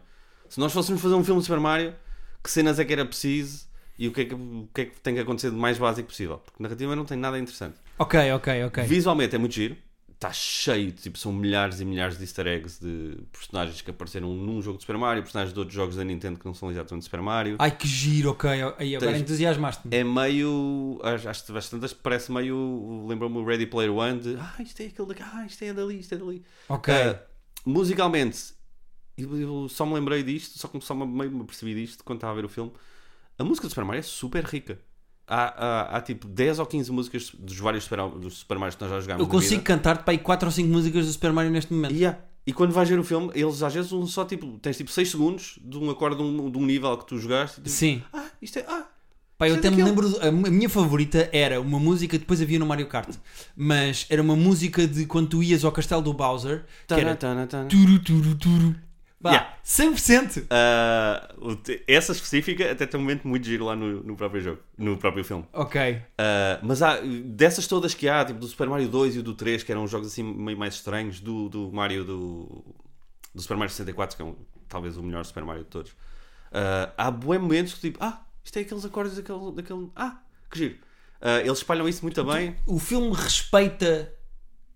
B: se nós fôssemos fazer um filme de Super Mario, que cenas é que era preciso e o que é que, o que, é que tem que acontecer de mais básico possível? Porque narrativa não tem nada interessante.
A: Ok, ok, ok.
B: Visualmente é muito giro. Está cheio, tipo, são milhares e milhares de easter eggs de personagens que apareceram num jogo de Super Mario, personagens de outros jogos da Nintendo que não são exatamente de Super Mario.
A: Ai que giro, ok. Aí agora
B: Tens-
A: entusiasmaste-me.
B: É meio. Acho acho que bastante. Parece meio. Lembra-me o Ready Player One de. Ah, isto é aquele daqui. Ah, isto é dali, isto é dali.
A: Ok.
B: Ah, musicalmente, eu, eu só me lembrei disto, só, que só me, meio me percebi disto quando estava a ver o filme. A música do Super Mario é super rica. Há, há, há, tipo 10 ou 15 músicas dos vários Super, dos Super Marios que nós já jogámos.
A: eu
B: na
A: consigo
B: vida.
A: cantar-te para aí 4 ou 5 músicas do Super Mario neste momento.
B: E há. E quando vais ver o filme, eles às vezes um só tipo. Tens tipo 6 segundos de um acorde de um, de um nível que tu jogaste. e, tipo,
A: Sim.
B: Ah, isto é. Ah,
A: Pá, eu
B: Isto
A: até
B: é
A: me
B: daquele-
A: lembro. do- A m- a minha favorita era uma música, depois havia no Mario Kart, mas era uma música de quando tu ias ao castelo do Bowser, que
B: tana,
A: era
B: tana, tana.
A: turu, turu, turu. Vá,
B: Yeah.
A: 100%.
B: Ah, o te- essa específica até tem um momento muito giro lá no, no próprio jogo, no próprio filme.
A: Ok.
B: Ah, mas há dessas todas que há, tipo do Super Mario 2 e o do 3, que eram jogos assim meio mais estranhos, do, do Mario do, do Super Mario 64, que é um- talvez o melhor Super Mario de todos. Ah, há bué momentos que tipo, ah, isto é aqueles acordes daquele. daquele ah, que giro. Ah, eles espalham isso muito bem.
A: O filme respeita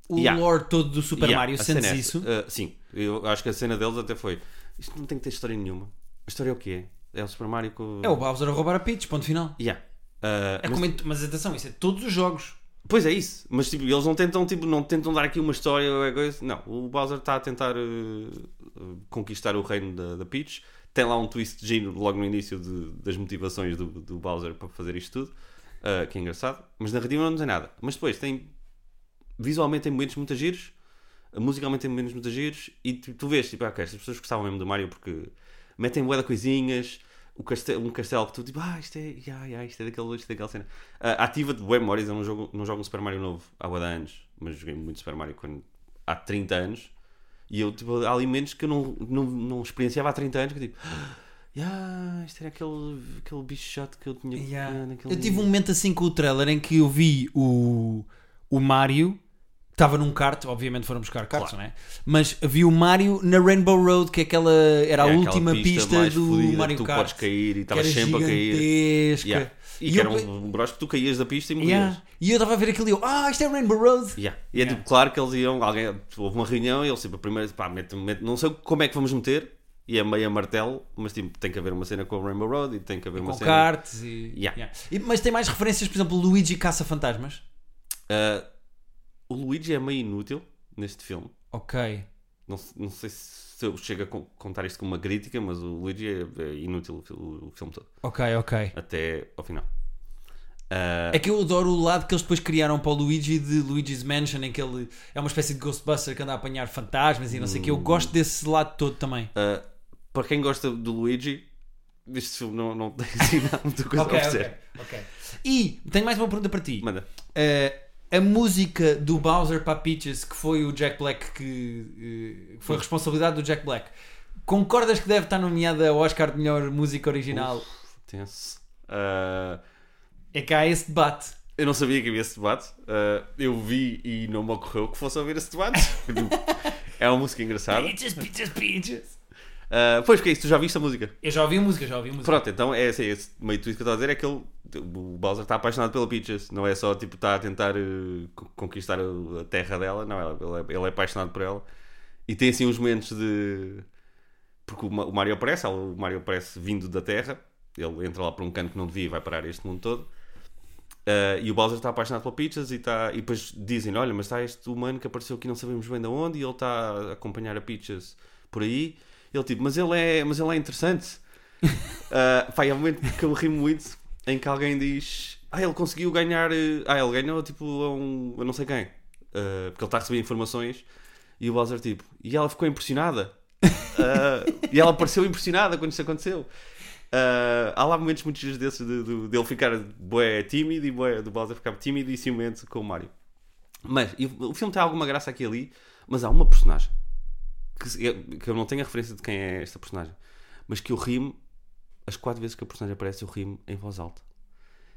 A: o
B: Yeah.
A: lore todo do Super
B: Yeah,
A: Mario,
B: a
A: sentes
B: cena é essa.
A: isso?
B: Ah, sim, eu acho que a cena deles até foi. Isto não tem que ter história nenhuma. A história é o que é? É o Super Mario com.
A: É o Bowser a roubar a Peach, ponto final.
B: Yeah. Ah,
A: É
B: mas-
A: como em- mas atenção, isso é todos os jogos.
B: Pois é isso, mas tipo, eles não tentam, tipo, não tentam dar aqui uma história ou alguma coisa. Não, o Bowser está a tentar eh, eh, conquistar o reino da, da Peach. Tem lá um twist giro logo no início de- das motivações do, do Bowser para fazer isto tudo, eh, que é engraçado. Mas narrativa não tem nada. Mas depois tem visualmente tem momentos muito giros, musicalmente tem momentos muito giros, e tu, tu vês, tipo, ah, ok, estas pessoas gostavam mesmo do Mario porque metem bué de coisinhas, o caste- um castelo que tu, tipo, ah, isto é, yeah, yeah, isto é daquele, isto é daquela cena. Ah, ativa de bué memórias, eu não jogo, não jogo um Super Mario novo há bué de anos, mas joguei muito Super Mario quando, há 30 anos, e eu, tipo, há alimentos que eu não, não, não experienciava há 30 anos, que eu, tipo... "Ah, Yeah, isto era aquele, aquele bicho chato que eu tinha que
A: Yeah.
B: pegar Ah, naquele
A: Eu tive um momento assim com o trailer em que eu vi o, o Mario Estava num kart, obviamente foram buscar karts, não é? Mas havia o Mario na Rainbow Road, que é aquela, era a
B: É aquela
A: última pista,
B: mais
A: do
B: fodida que
A: Mario
B: tu
A: Kart.
B: podes cair
A: que
B: e
A: era
B: estavas sempre a cair.
A: gigantesca.
B: Yeah. E,
A: E
B: que
A: eu
B: era
A: pe-
B: um broche que tu caías da pista e morrias.
A: Yeah. E eu estava a ver aquilo e eu, ah, isto é Rainbow Road.
B: Yeah. E é
A: Yeah.
B: tipo, claro que eles iam, alguém, houve uma reunião e eles tipo, primeiro, pá, mete, mete, não sei como é que vamos meter, e é meio a martelo, mas tipo, tem que haver uma cena com a Rainbow Road e tem que haver uma
A: Com
B: cena.
A: karts e...
B: Yeah.
A: Yeah. E- Mas tem mais referências, por exemplo, Luigi caça fantasmas.
B: Ah, o Luigi é meio inútil neste filme.
A: Ok.
B: Não, se- não sei se eu chego a con- contar isto como uma crítica, mas o Luigi é, é inútil o fi- o, filme todo,
A: Ok, ok.
B: até ao final. Ah,
A: É que eu adoro o lado que eles depois criaram para o Luigi de Luigi's Mansion, em que ele é uma espécie de Ghostbuster que anda a apanhar fantasmas e não sei o que. Eu gosto desse lado todo também.
B: ah, para quem gosta do Luigi, este filme não, não tem assim nada muita coisa
A: Ok,
B: a
A: ok,
B: oferecer.
A: ok. E tenho mais uma pergunta para ti.
B: Manda.
A: Eh, a música do Bowser para Peaches, que foi o Jack Black que eh, foi a responsabilidade do Jack Black, concordas que deve estar nomeada ao Oscar de melhor música original?
B: Tenso. Ah,
A: É que há esse debate.
B: Eu não sabia que havia esse debate. Uh, eu vi e não me ocorreu que fosse ouvir esse debate. é uma música engraçada.
A: Peaches, Peaches, Peaches.
B: Uh, pois, que é isso? Tu já viste a música?
A: Eu já ouvi a música, já ouvi a música.
B: Pronto, então é esse, é esse meio tweet que eu estou a dizer. É que ele, o Bowser está apaixonado pela Peaches. Não é só, tipo, está a tentar uh, co- conquistar a a terra dela. Não, ela- ele, é, ele é apaixonado por ela. E tem, assim, uns momentos de... Porque o Ma- o Mario aparece, ela- o Mario aparece vindo da terra. Ele entra lá por um canto que não devia e vai parar este mundo todo. Uh, e o Bowser está apaixonado pela Peaches e, está, e depois dizem olha, mas está este humano que apareceu aqui não sabemos bem de onde e ele está a acompanhar a Peaches por aí. Ele tipo, mas ele é, mas ele é interessante. uh, pá, e há um momento que eu rimo muito em que alguém diz, ah, ele conseguiu ganhar, eh, ah, ele ganhou tipo a um, eu não sei quem. Uh, porque ele está a receber informações e o Bowser tipo, e ela ficou impressionada. Uh, e ela pareceu impressionada quando isso aconteceu. Uh, há lá momentos muito giros desses de, de, de ele ficar bué tímido e bué, do Bowser ficar tímido e ciumento com o Mario. Mas e o o filme tem alguma graça aqui e ali, mas há uma personagem que, se- eu- que eu não tenho a referência de quem é esta personagem, mas que eu rimo as quatro vezes que a personagem aparece, eu rimo em voz alta.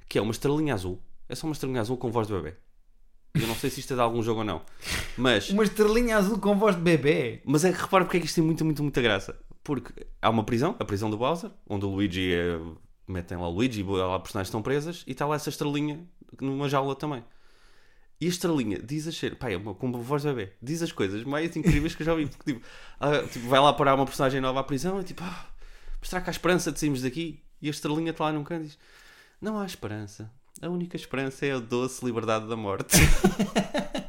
B: Que é uma estrelinha azul. É só uma estrelinha azul com voz de bebê. Eu não sei se isto é de algum jogo ou não, mas
A: Uma estrelinha azul com voz de bebê.
B: mas é que repara porque é que isto tem muita, muita, muita graça. Porque há uma prisão, a prisão do Bowser, onde o Luigi é. Metem lá o Luigi e lá personagens estão presas, e está lá essa estrelinha numa jaula também. E a estrelinha diz as cheiras. Pá, é uma, com uma voz de bebê. Diz as coisas mais incríveis que eu já ouvi. Porque, tipo, ah, tipo, vai lá parar uma personagem nova à prisão e tipo, ah, mas será que há esperança de sairmos daqui? E a estrelinha está lá num canto e diz: Não há esperança. A única esperança é a doce liberdade da morte.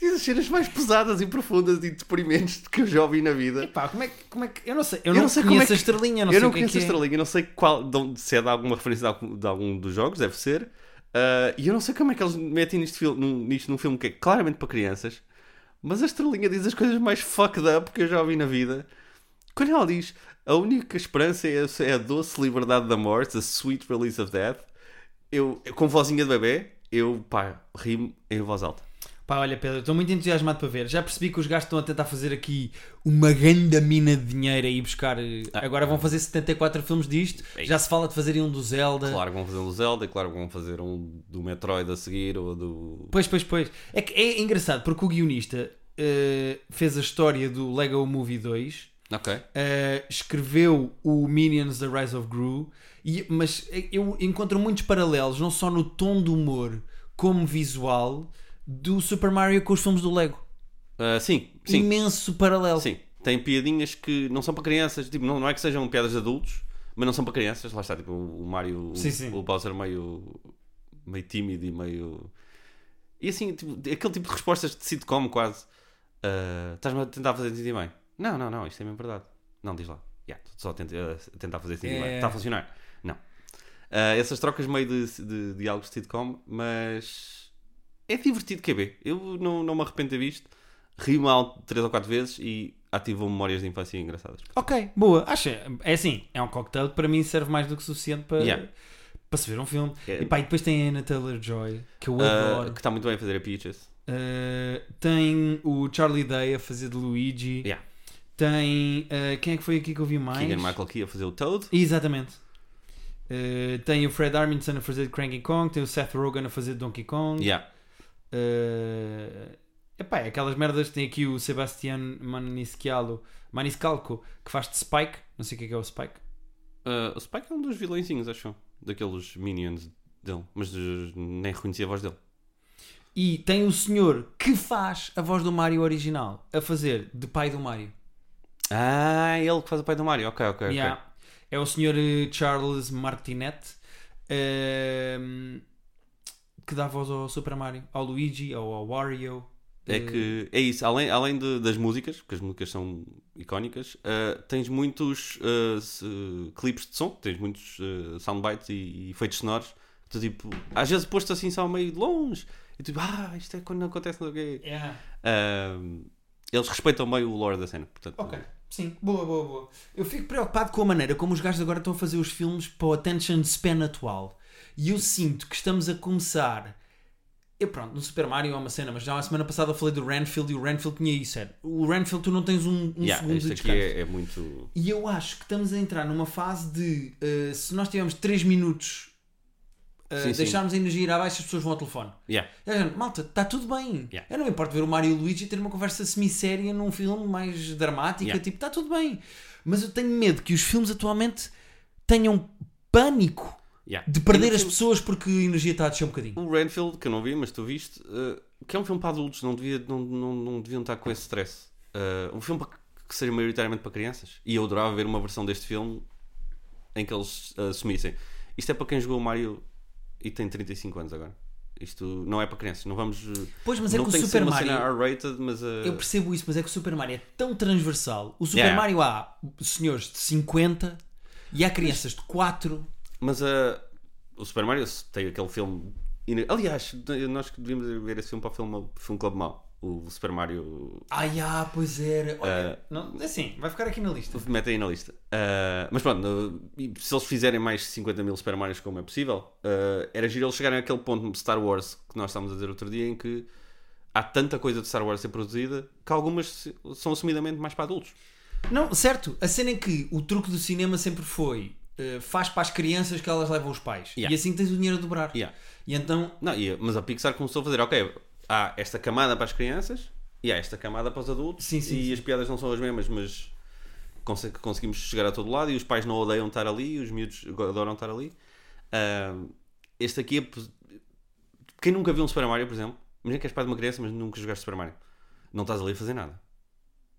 B: Diz as cenas mais pesadas e profundas e deprimentes que eu já ouvi na vida.
A: Pá, como é que. Como é que eu não sei. Eu,
B: Eu
A: não,
B: não sei como
A: conheço
B: é que-
A: a estrelinha, não
B: eu
A: sei
B: não
A: o que é
B: conheço
A: que
B: a estrelinha, eu não sei qual, de onde- se é de alguma referência de algum, de algum dos jogos, deve ser. Ah, e eu não sei como é que eles metem nisto, fil- num, nisto num filme que é claramente para crianças, mas a estrelinha diz as coisas mais fucked up que eu já ouvi na vida. Quando ela diz a única esperança é, a- é a doce liberdade da morte, a sweet release of death, eu, eu com vozinha de bebê, eu pá, rimo em voz alta.
A: é. Pá, olha, Pedro, estou muito entusiasmado para ver. Já percebi que os gajos estão a tentar fazer aqui uma grande mina de dinheiro e buscar. eh, Agora vão fazer 74 filmes disto.
B: Ah. É
A: Já se fala de fazerem um do Zelda.
B: Claro que vão fazer um do Zelda, claro que vão fazer um do Metroid a seguir ou do.
A: Pois, pois, pois. É que é engraçado porque o guionista eh, fez a história do Lego Movie 2.
B: Ok.
A: eh, escreveu o Minions The Rise of Gru, e- mas eu encontro muitos paralelos, não só no tom do humor, como visual, do Super Mario com os filmes do Lego.
B: Ah, sim, sim.
A: Imenso paralelo.
B: Sim, tem piadinhas que não são para crianças, tipo, não, não é que sejam piadas de adultos, mas não são para crianças, lá está, tipo, o Mario, o,
A: Sim, sim.
B: o Bowser meio, meio tímido e meio... E assim, tipo, aquele tipo de respostas de sitcom quase, ah, estás-me a tentar fazer sentir bem? Não, não, não, isto é mesmo verdade. Não, diz lá. Yeah, estou só a tentar, a tentar fazer sentir
A: É.
B: bem. Está a funcionar? Não. Ah, essas trocas meio de, de diálogos de sitcom, mas é divertido que é bem. Eu não, não me arrependo de ter visto. Ri mal três ou quatro vezes e ativou memórias de infância engraçadas.
A: Ok, boa. Acho, é assim, é um cocktail que para mim serve mais do que suficiente para,
B: Yeah.
A: para se ver um filme.
B: É.
A: E, pá, e depois tem a Anna Taylor-Joy, que eu
B: Ah,
A: adoro.
B: que está muito bem a fazer a Peaches.
A: Uh, tem o Charlie Day a fazer de Luigi.
B: Yeah.
A: Tem. uh, quem é que foi aqui que eu vi mais?
B: Keegan Michael Key a fazer o Toad.
A: Exatamente. Eh, Uh, tem o Fred Armisen a fazer de Cranky Kong. Tem o Seth Rogen a fazer de Donkey Kong.
B: Yeah.
A: eh, epá, é aquelas merdas tem aqui o Sebastián Maniscalco, Maniscalco que faz de Spike. Não sei o que é, que é o Spike.
B: Ah, o Spike é um dos vilõezinhos, acham? Daqueles minions dele. Mas eh, nem reconhecia a voz dele.
A: E tem o senhor que faz a voz do Mario original a fazer de pai do Mario.
B: Ah, é ele que faz o pai do Mario. Ok, ok, ok.
A: Yeah. É o senhor eh, Charles Martinet eh, que dá voz ao Super Mario, ao Luigi ou ao Wario.
B: É
A: Eh,
B: que é isso, além, além de- das músicas, porque as músicas são icónicas, ah, tens muitos ah, se- clipes de som, tens muitos ah, soundbites e, e efeitos sonoros. Tu, tipo, às vezes posto assim só meio de longe, e tu, ah, isto é quando acontece não sei o quê.
A: Yeah.
B: Ah, eles respeitam meio o lore da cena, portanto,
A: Ok, sim, boa, boa, boa. Eu fico preocupado com a maneira como os gajos agora estão a fazer os filmes para o attention span atual. E eu sinto que estamos a começar. E pronto, no Super Mario é uma cena, mas já a semana passada eu falei do Renfield e o Renfield tinha isso. Era, o Renfield, tu não tens um, um
B: yeah,
A: segundo de
B: isto aqui
A: descanso.
B: é, é muito.
A: E eu acho que estamos a entrar numa fase de eh, se nós tivermos 3 minutos, eh,
B: Sim, sim.
A: deixarmos a energia ir abaixo, as pessoas vão ao telefone.
B: Yeah.
A: É, gente, Malta, está tudo bem.
B: Yeah.
A: Eu não me importo ver o Mario e o Luigi ter uma conversa semi-séria num filme mais dramática,
B: Yeah.
A: tipo, está tudo bem. Mas eu tenho medo que os filmes atualmente tenham pânico
B: yeah.
A: de perder
B: E
A: as
B: no
A: pessoas porque a energia está a descer um bocadinho.
B: filme, O Renfield, que eu não vi, mas tu viste, ah, que é um filme para adultos, não, devia, não, não, não deviam estar com esse stress. Ah, um filme para- que seja maioritariamente para crianças. E eu adorava ver uma versão deste filme em que eles ah, assumissem. Isto é para quem jogou o Mario e tem 35 anos agora. Isto não é para crianças. Não vamos.
A: Pois, mas é
B: não
A: que o
B: tem que
A: Super
B: ser uma
A: Mario.
B: cena R-rated, mas. ah,
A: Eu percebo isso, mas é que o Super Mario é tão transversal. O Super
B: Yeah.
A: Mario há senhores de 50 e há crianças de 4.
B: Mas ah, o Super Mario tem aquele filme. ine- Aliás, nós que devíamos ver esse filme para o filme, filme Club Mau. O Super Mario
A: Ai, ah, pois era.
B: Eh,
A: Olha, não, assim, vai ficar aqui na lista.
B: metem aí na lista. Ah, mas pronto, no- e se eles fizerem mais 50 mil Super Marios como é possível, ah, era giro eles chegarem àquele ponto de Star Wars que nós estávamos a dizer outro dia em que há tanta coisa de Star Wars a ser produzida que algumas se- são assumidamente mais para adultos.
A: Não, certo. A cena em que o truque do cinema sempre foi eh, faz para as crianças que elas levam os pais.
B: Yeah.
A: E assim tens o dinheiro a dobrar.
B: Yeah.
A: E então,
B: Não, e- mas a Pixar começou a fazer, ok, há esta camada para as crianças e há esta camada para os adultos
A: Sim, sim,
B: e
A: sim.
B: as piadas não são as mesmas, mas conse- conseguimos chegar a todo lado e os pais não odeiam estar ali, os miúdos adoram estar ali. Ahm, este aqui é... pos- Quem nunca viu um Super Mario, por exemplo, imagina que és pai de uma criança, mas nunca jogaste Super Mario. Não estás ali a fazer nada.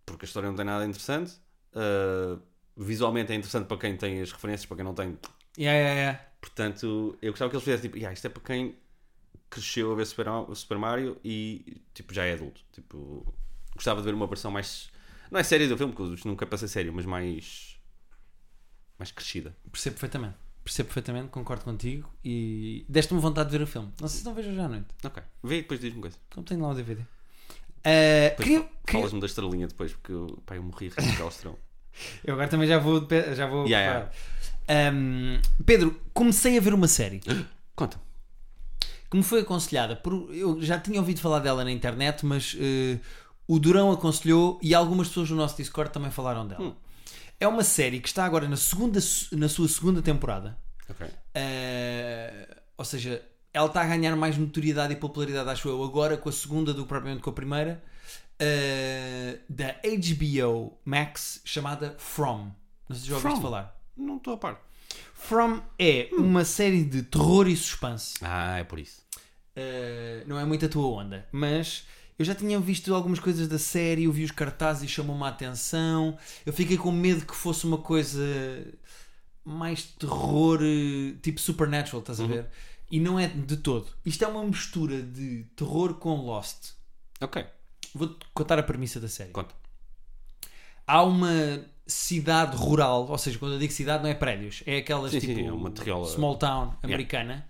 B: Porque a história não tem nada interessante. ah, visualmente é interessante para quem tem as referências, para quem não tem,
A: yeah, yeah, yeah.
B: Portanto, eu gostava que eles fizessem tipo, "Yeah, isto é para quem cresceu a ver Super, Super Mario e tipo, já é adulto. Tipo, gostava de ver uma versão mais. Não é séria do filme, porque isto nunca passa a sério, mas mais. mais crescida.
A: percebo perfeitamente. Percebo perfeitamente, concordo contigo e deste-me vontade de ver o filme. Não sei se não vejo hoje à noite.
B: Ok. Vê e depois diz-me coisa.
A: Como tenho lá o DVD. Eh,
B: Depois
A: queria-
B: fa-
A: queria-
B: Falas-me da estrelinha depois, porque eu, pá, eu morri a rir daquela estrela.
A: Eu agora também já vou. de pé- Já vou
B: Yeah,
A: preparado. Um, Pedro, comecei a ver uma série
B: Conta.
A: que me foi aconselhada por. Eu já tinha ouvido falar dela na internet, mas eh, o Durão aconselhou e algumas pessoas no nosso Discord também falaram dela.
B: Hum.
A: É uma série que está agora na, segunda, na sua segunda temporada.
B: Ok.
A: Eh, ou seja, ela está a ganhar mais notoriedade e popularidade, acho eu, agora com a segunda do que propriamente com a primeira, eh, da HBO Max, chamada From. Não sei se já ouviste
B: From?
A: falar.
B: Não estou a par.
A: From é uma série de terror e suspense.
B: Ah, é por isso.
A: Eh, não é muito a tua onda, mas eu já tinha visto algumas coisas da série, eu vi os cartazes e chamou-me a atenção. Eu fiquei com medo que fosse uma coisa mais terror, eh, tipo Supernatural, estás a ver? E não é de todo. Isto é uma mistura de terror com Lost.
B: Ok.
A: Vou-te contar a premissa da série.
B: Conta.
A: Há uma cidade rural, ou seja, quando eu digo cidade não é prédios, é aquelas
B: Sim,
A: tipo
B: sim, é uma terriola.
A: small town americana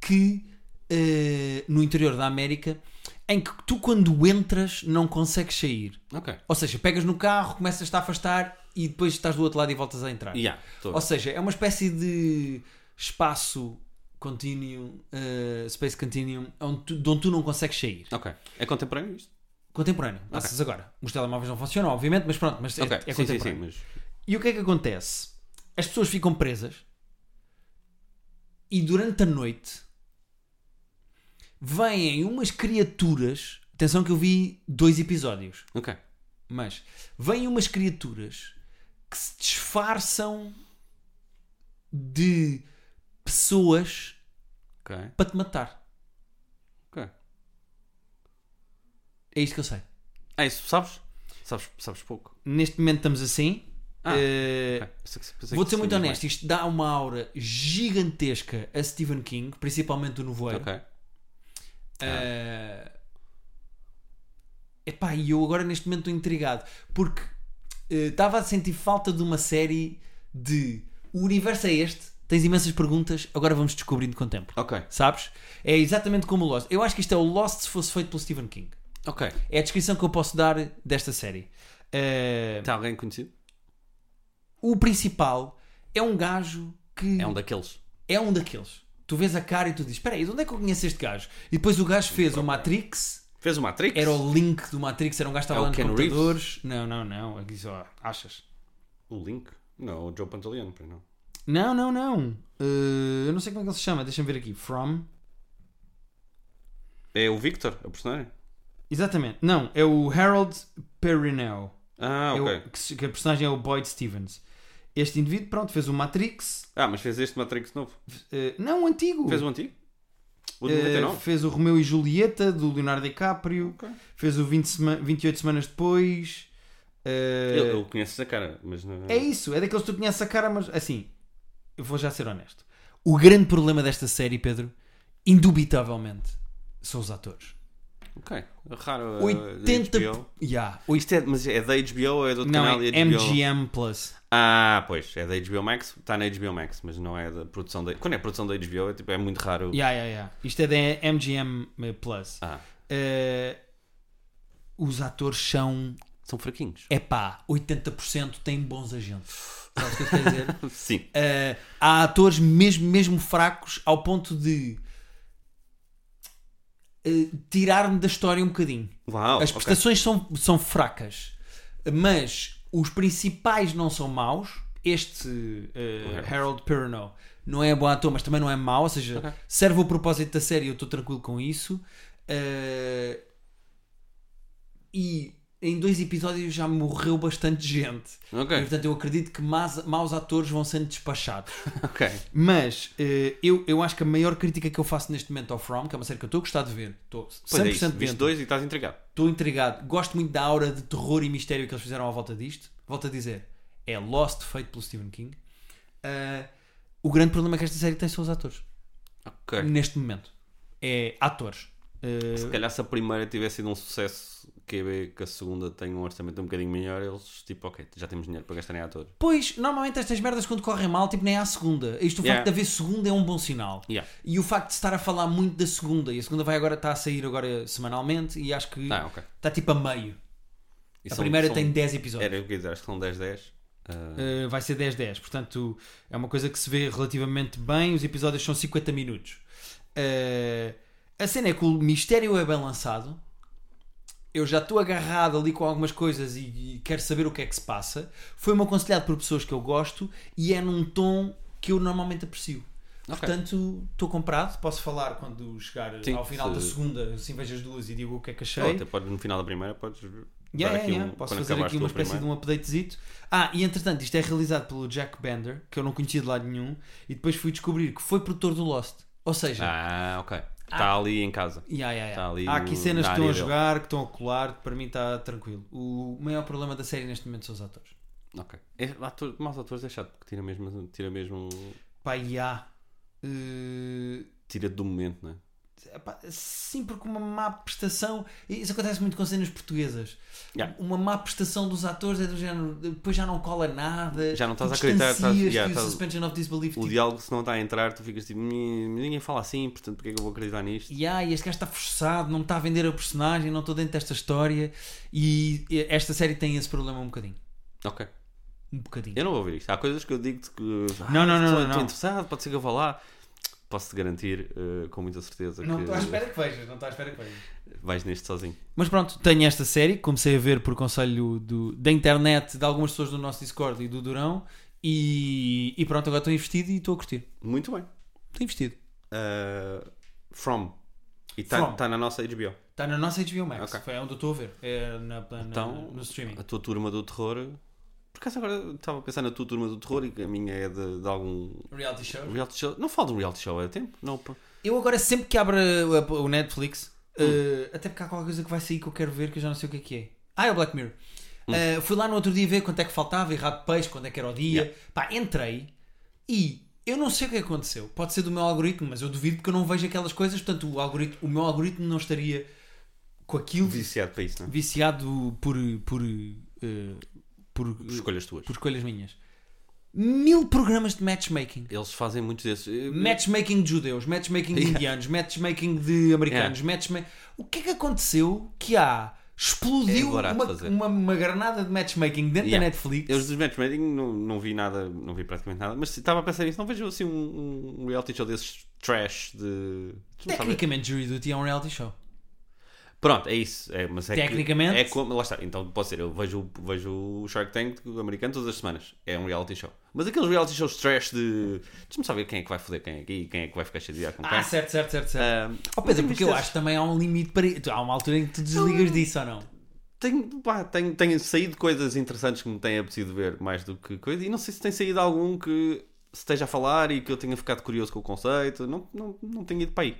A: que eh, no interior da América em que tu quando entras não consegues sair.
B: Ok.
A: Ou seja, pegas no carro, começas-te a afastar e depois estás do outro lado e voltas a entrar.
B: Yeah, estou.
A: Ou seja, é uma espécie de espaço continuum, eh, space continuum, onde tu- de onde tu não consegues sair
B: Ok. É contemporâneo isto?
A: contemporâneo. Passas agora. Os telemóveis não funcionam, obviamente, mas pronto, mas é-
B: Ok.
A: é,
B: sim, sim,
A: contemporâneo.
B: sim, mas.
A: E o que é que acontece? As pessoas ficam presas e durante a noite vêm umas criaturas. Atenção que eu vi dois episódios,
B: Ok.
A: mas vêm umas criaturas que se disfarçam de pessoas
B: Ok.
A: para te matar.
B: Ok.
A: É isto que eu sei.
B: Ah, isso sabes? Sabes, sabes pouco.
A: Neste momento estamos assim.
B: Ah,
A: Eh,
B: Ok. Pensei que- é pensei
A: Vou
B: que
A: ser muito
B: sabias
A: honesto, isto dá uma aura gigantesca a Stephen King, principalmente do
B: mais.
A: Novoeiro.
B: Ok.
A: Eh, Epá, e eu agora neste momento estou intrigado porque eh, estava a sentir falta de uma série de o universo é este, tens imensas perguntas, agora vamos descobrindo com o tempo.
B: Ok.
A: Sabes? É exatamente como o Lost. Eu acho que isto é o Lost se fosse feito pelo Stephen King.
B: Ok.
A: É a descrição que eu posso dar desta série. Eh,
B: Está alguém conhecido?
A: O principal é um gajo que
B: É um daqueles.
A: é um daqueles. Tu vês a cara e tu dizes: Espera aí, de onde é que eu conheço este gajo? E depois o gajo fez o Matrix,
B: Fez o Matrix?
A: era o Link do Matrix, era um gajo que
B: É
A: estava
B: o
A: lá nos
B: Ken Reeves?
A: computadores. Não, não, não. Aqui só, achas?
B: O Link? Não, o Joe Pantoliano, para não.
A: Não, não, não. Eh, eu não sei como é que ele se chama, deixa-me ver aqui. From.
B: É o Victor, a personagem?
A: Exatamente. Não, é o Harold Perrineau.
B: Ah,
A: É o-
B: ok.
A: que, se- que a personagem é o Boyd Stevens. Este indivíduo, pronto, fez o Matrix.
B: Ah, mas fez este Matrix novo.
A: eh, não, o antigo.
B: Fez o antigo? O de
A: Eh,
B: 99?
A: fez o Romeu e Julieta, do Leonardo DiCaprio.
B: Ok.
A: Fez o 20 sema- 28 semanas depois. Eh,
B: Eu, eu conheço essa cara, mas não.
A: É isso, é daqueles que tu conheces a cara, mas assim, eu vou já ser honesto. O grande problema desta série, Pedro, indubitavelmente, são os atores.
B: Ok. Raro. eh,
A: 80.
B: HBO.
A: Yeah,
B: Ou Isto é, mas é da HBO ou é do outro
A: não,
B: canal?
A: é
B: e HBO?
A: MGM Plus.
B: Ah, pois, é da HBO Max, está na HBO Max, mas não é da produção da. Quando é produção da HBO, é, tipo, é muito raro.
A: Yeah, yeah, yeah. Isto é da MGM Plus.
B: Ah,
A: Eh, os atores são,
B: são fraquinhos.
A: epá, 80% têm bons agentes. Sabes o que eu te quero dizer?
B: É. Sim.
A: Uh, há atores mesmo, mesmo fracos ao ponto de uh, tirar-me da história um bocadinho.
B: Uau,
A: As
B: Oh, ok.
A: prestações são, são fracas, mas os principais não são maus. Este uh,
B: Harold.
A: Harold Perrineau não é bom ator, mas também não é mau. Ou seja,
B: Ok.
A: serve o propósito da série. Eu estou tranquilo com isso. Uh, e em dois episódios já morreu bastante gente.
B: Ok,
A: E, portanto, eu acredito que más- maus atores vão sendo despachados.
B: ok.
A: Mas eh, eu, eu acho que a maior crítica que eu faço neste momento ao From, que é uma série que eu estou a gostar de ver, estou 100%
B: Pois é isso, viste
A: dentro,
B: dois e estás intrigado.
A: estou intrigado, gosto muito da aura de terror e mistério que eles fizeram à volta disto. Volto a dizer, é Lost feito pelo Stephen King. Ah, o grande problema é que esta série tem são os atores,
B: Ok.
A: neste momento. É atores. Eh,
B: Se calhar se a primeira tivesse sido um sucesso, QB, que a segunda tem um orçamento um bocadinho melhor, eles, tipo, ok, já temos dinheiro para gastar em ator.
A: Pois, normalmente estas merdas quando correm mal, tipo, nem há segunda. Isto, o
B: Yeah.
A: facto de haver segunda é um bom sinal.
B: Yeah.
A: E o facto de estar a falar muito da segunda, e a segunda vai agora, está a sair agora semanalmente, e acho que
B: Ah, ok.
A: está tipo a meio.
B: E
A: a
B: são-
A: primeira
B: são-
A: tem 10 episódios.
B: Era o que eu ia dizer, acho que são 10, 10. Ah,
A: Uh, vai ser 10-10, portanto é uma coisa que se vê relativamente bem. Os episódios são 50 minutos. Uh, a cena é que o mistério é bem lançado. Eu já estou agarrado ali com algumas coisas e, e quero saber o que é que se passa. Foi-me aconselhado por pessoas que eu gosto e é num tom que eu normalmente aprecio.
B: Ok.
A: Portanto, estou comprado. Posso falar quando chegar
B: Sim,
A: ao final
B: se-
A: da segunda, assim vejo as duas e digo o que é que achei.
B: ou até podes, no final da primeira, podes
A: Yeah,
B: dar
A: yeah,
B: aqui
A: yeah.
B: um.
A: Posso
B: quando
A: fazer
B: acabares
A: aqui
B: tu
A: uma
B: a
A: espécie
B: primeira.
A: de um updatezito. Ah, e entretanto, isto é realizado pelo Jack Bender, que eu não conhecia de lado nenhum, e depois fui descobrir que foi produtor do Lost. Ou seja,
B: Ah, ok. Está ali em casa.
A: yeah, yeah, yeah.
B: tá ali
A: há aqui
B: no-
A: cenas que
B: na
A: estão a
B: área dele.
A: jogar, que estão a colar, que para mim está tranquilo. O maior problema da série neste momento são os atores.
B: Ok. É, ator, maus atores é chato, porque tira mesmo, tira mesmo.
A: Pá, e há. eh,
B: Tira do momento, né?
A: epá, sim, porque uma má prestação. e Isso acontece muito com cenas portuguesas.
B: Yeah.
A: Uma má prestação dos atores é do género. Depois já não cola nada.
B: Já não
A: tu
B: estás a acreditar, estás-
A: distancias-te
B: yeah,
A: e o
B: estás-
A: suspension of disbelief.
B: O
A: tipo,
B: diálogo, se não está a entrar, tu ficas tipo, "Mi- ninguém fala assim, portanto, porque é que eu vou acreditar nisto?
A: e ai, este gajo está forçado, não me está a vender a personagem, não estou dentro desta história. E esta série tem esse problema um bocadinho.
B: Ok.
A: Um bocadinho.
B: Eu não vou ouvir isto. Há coisas que eu digo-te que. ah,
A: Não, não, não,
B: estou-
A: não,
B: Estou
A: não.
B: interessado, pode ser que eu vá lá. Posso-te garantir eh, com muita certeza
A: Não
B: que
A: estou à espera que vejas, não estou à espera que vejas.
B: vais neste sozinho.
A: Mas pronto, tenho esta série, comecei a ver por conselho do- da internet, de algumas pessoas do nosso Discord e do Durão. E, e pronto, agora estou investido e estou a curtir.
B: Muito bem.
A: Estou investido.
B: Eh, from. E está
A: From.
B: tá na nossa HBO.
A: Está na nossa HBO Max.
B: Ok.
A: Foi onde eu estou a ver. É na, na-
B: Então,
A: no streaming.
B: A tua turma do terror. Por acaso agora estava a pensar na tua turma do terror e que a minha é de, de algum
A: Reality show.
B: reality show. Não falo de um reality show, é tempo? Não. pá.
A: Eu agora sempre que abro a- o Netflix, eh, até porque há qualquer coisa que vai sair que eu quero ver que eu já não sei o que é que é. Ah, é o Black Mirror. Eh, fui lá no outro dia ver quanto é que faltava, errado peixe, quanto é que era o dia. Pá, entrei e eu não sei o que aconteceu. Pode ser do meu algoritmo, mas eu duvido porque eu não vejo aquelas coisas, portanto o, algoritmo, o meu algoritmo não estaria com aquilo
B: Viciado para isso, não é?
A: viciado por, por, eh, por,
B: Por Escolhas tuas.
A: por escolhas minhas. Mil programas de matchmaking.
B: Eles fazem muitos desses. Eu-
A: Matchmaking de judeus, matchmaking de indianos, matchmaking de americanos, matchma- O que é que aconteceu que há?
B: É
A: Explodiu
B: barato
A: uma,
B: fazer.
A: uma, uma granada de matchmaking dentro
B: Yeah.
A: da Netflix.
B: Eu dos matchmaking não, não vi nada, não vi praticamente nada, mas estava a pensar nisso, não vejo assim um, um reality show desses trash de.
A: Tecnicamente, Jury Duty é um reality show.
B: Pronto, é isso. É, mas é que-
A: Tecnicamente-
B: é como, lá está. Então pode ser, eu vejo, vejo o Shark Tank americano todas as semanas. É um reality show. Mas aqueles reality shows trash de. Deixa-me saber quem é que vai foder quem aqui e quem é que vai ficar chateado com quem.
A: Ah, certo, certo, certo. certo.
B: Ah,
A: Oh, Pedro, porque eu acho que também há um limite para. i- Há uma altura em que tu desligas disso ou não?
B: Tenho, pá, tenho, tenho saído coisas interessantes que me têm apetecido ver mais do que coisa. E não sei se tem saído algum que esteja a falar e que eu tenha ficado curioso com o conceito. Não, não, não tenho ido para aí.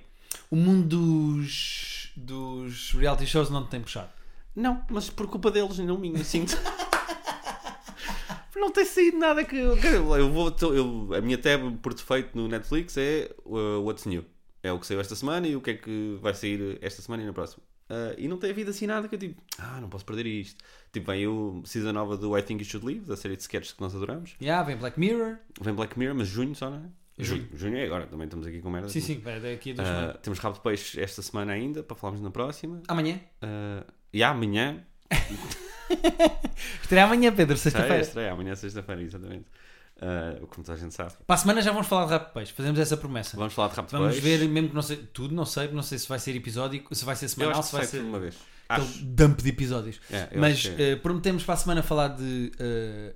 A: O mundo dos, dos reality shows não te tem puxado.
B: Não, mas por culpa deles, não minha, sinto. Não tem saído nada que. eu- que Eu eu vou, tô- eu- a minha tab por defeito no Netflix é uh, What's New. É o que saiu esta semana e o que é que vai sair esta semana e na próxima. Ah, e não tem havido assim nada que eu tipo, ah, não posso perder isto. Tipo, vem o season nova do I Think You Should Leave, da série de sketches que nós adoramos.
A: Yeah, vem Black Mirror.
B: Vem Black Mirror, mas junho só, não é?
A: Junho.
B: Junho, junho é agora, também estamos aqui com merda.
A: Sim, sim, vai daqui a duas semanas.
B: Ah, temos Rabo de Peixe esta semana ainda, para falarmos na próxima.
A: Amanhã?
B: Ah, e amanhã
A: Estreia amanhã, Pedro,
B: Estreia,
A: sexta-feira.
B: estreia, amanhã é sexta-feira, exatamente. Uh, como toda a gente sabe.
A: Para a semana já vamos falar de rap de peixe, fazemos essa promessa.
B: Vamos falar de rápido
A: Vamos ver, mesmo que não sei, tudo, não sei, não sei se vai ser episódico, se vai ser
B: Eu
A: semanal,
B: acho
A: se
B: que
A: vai
B: sai tudo
A: ser
B: de uma vez.
A: aquele
B: Acho.
A: dump de episódios.
B: É, eu
A: Mas
B: acho que é.
A: eh, prometemos para a semana falar de eh,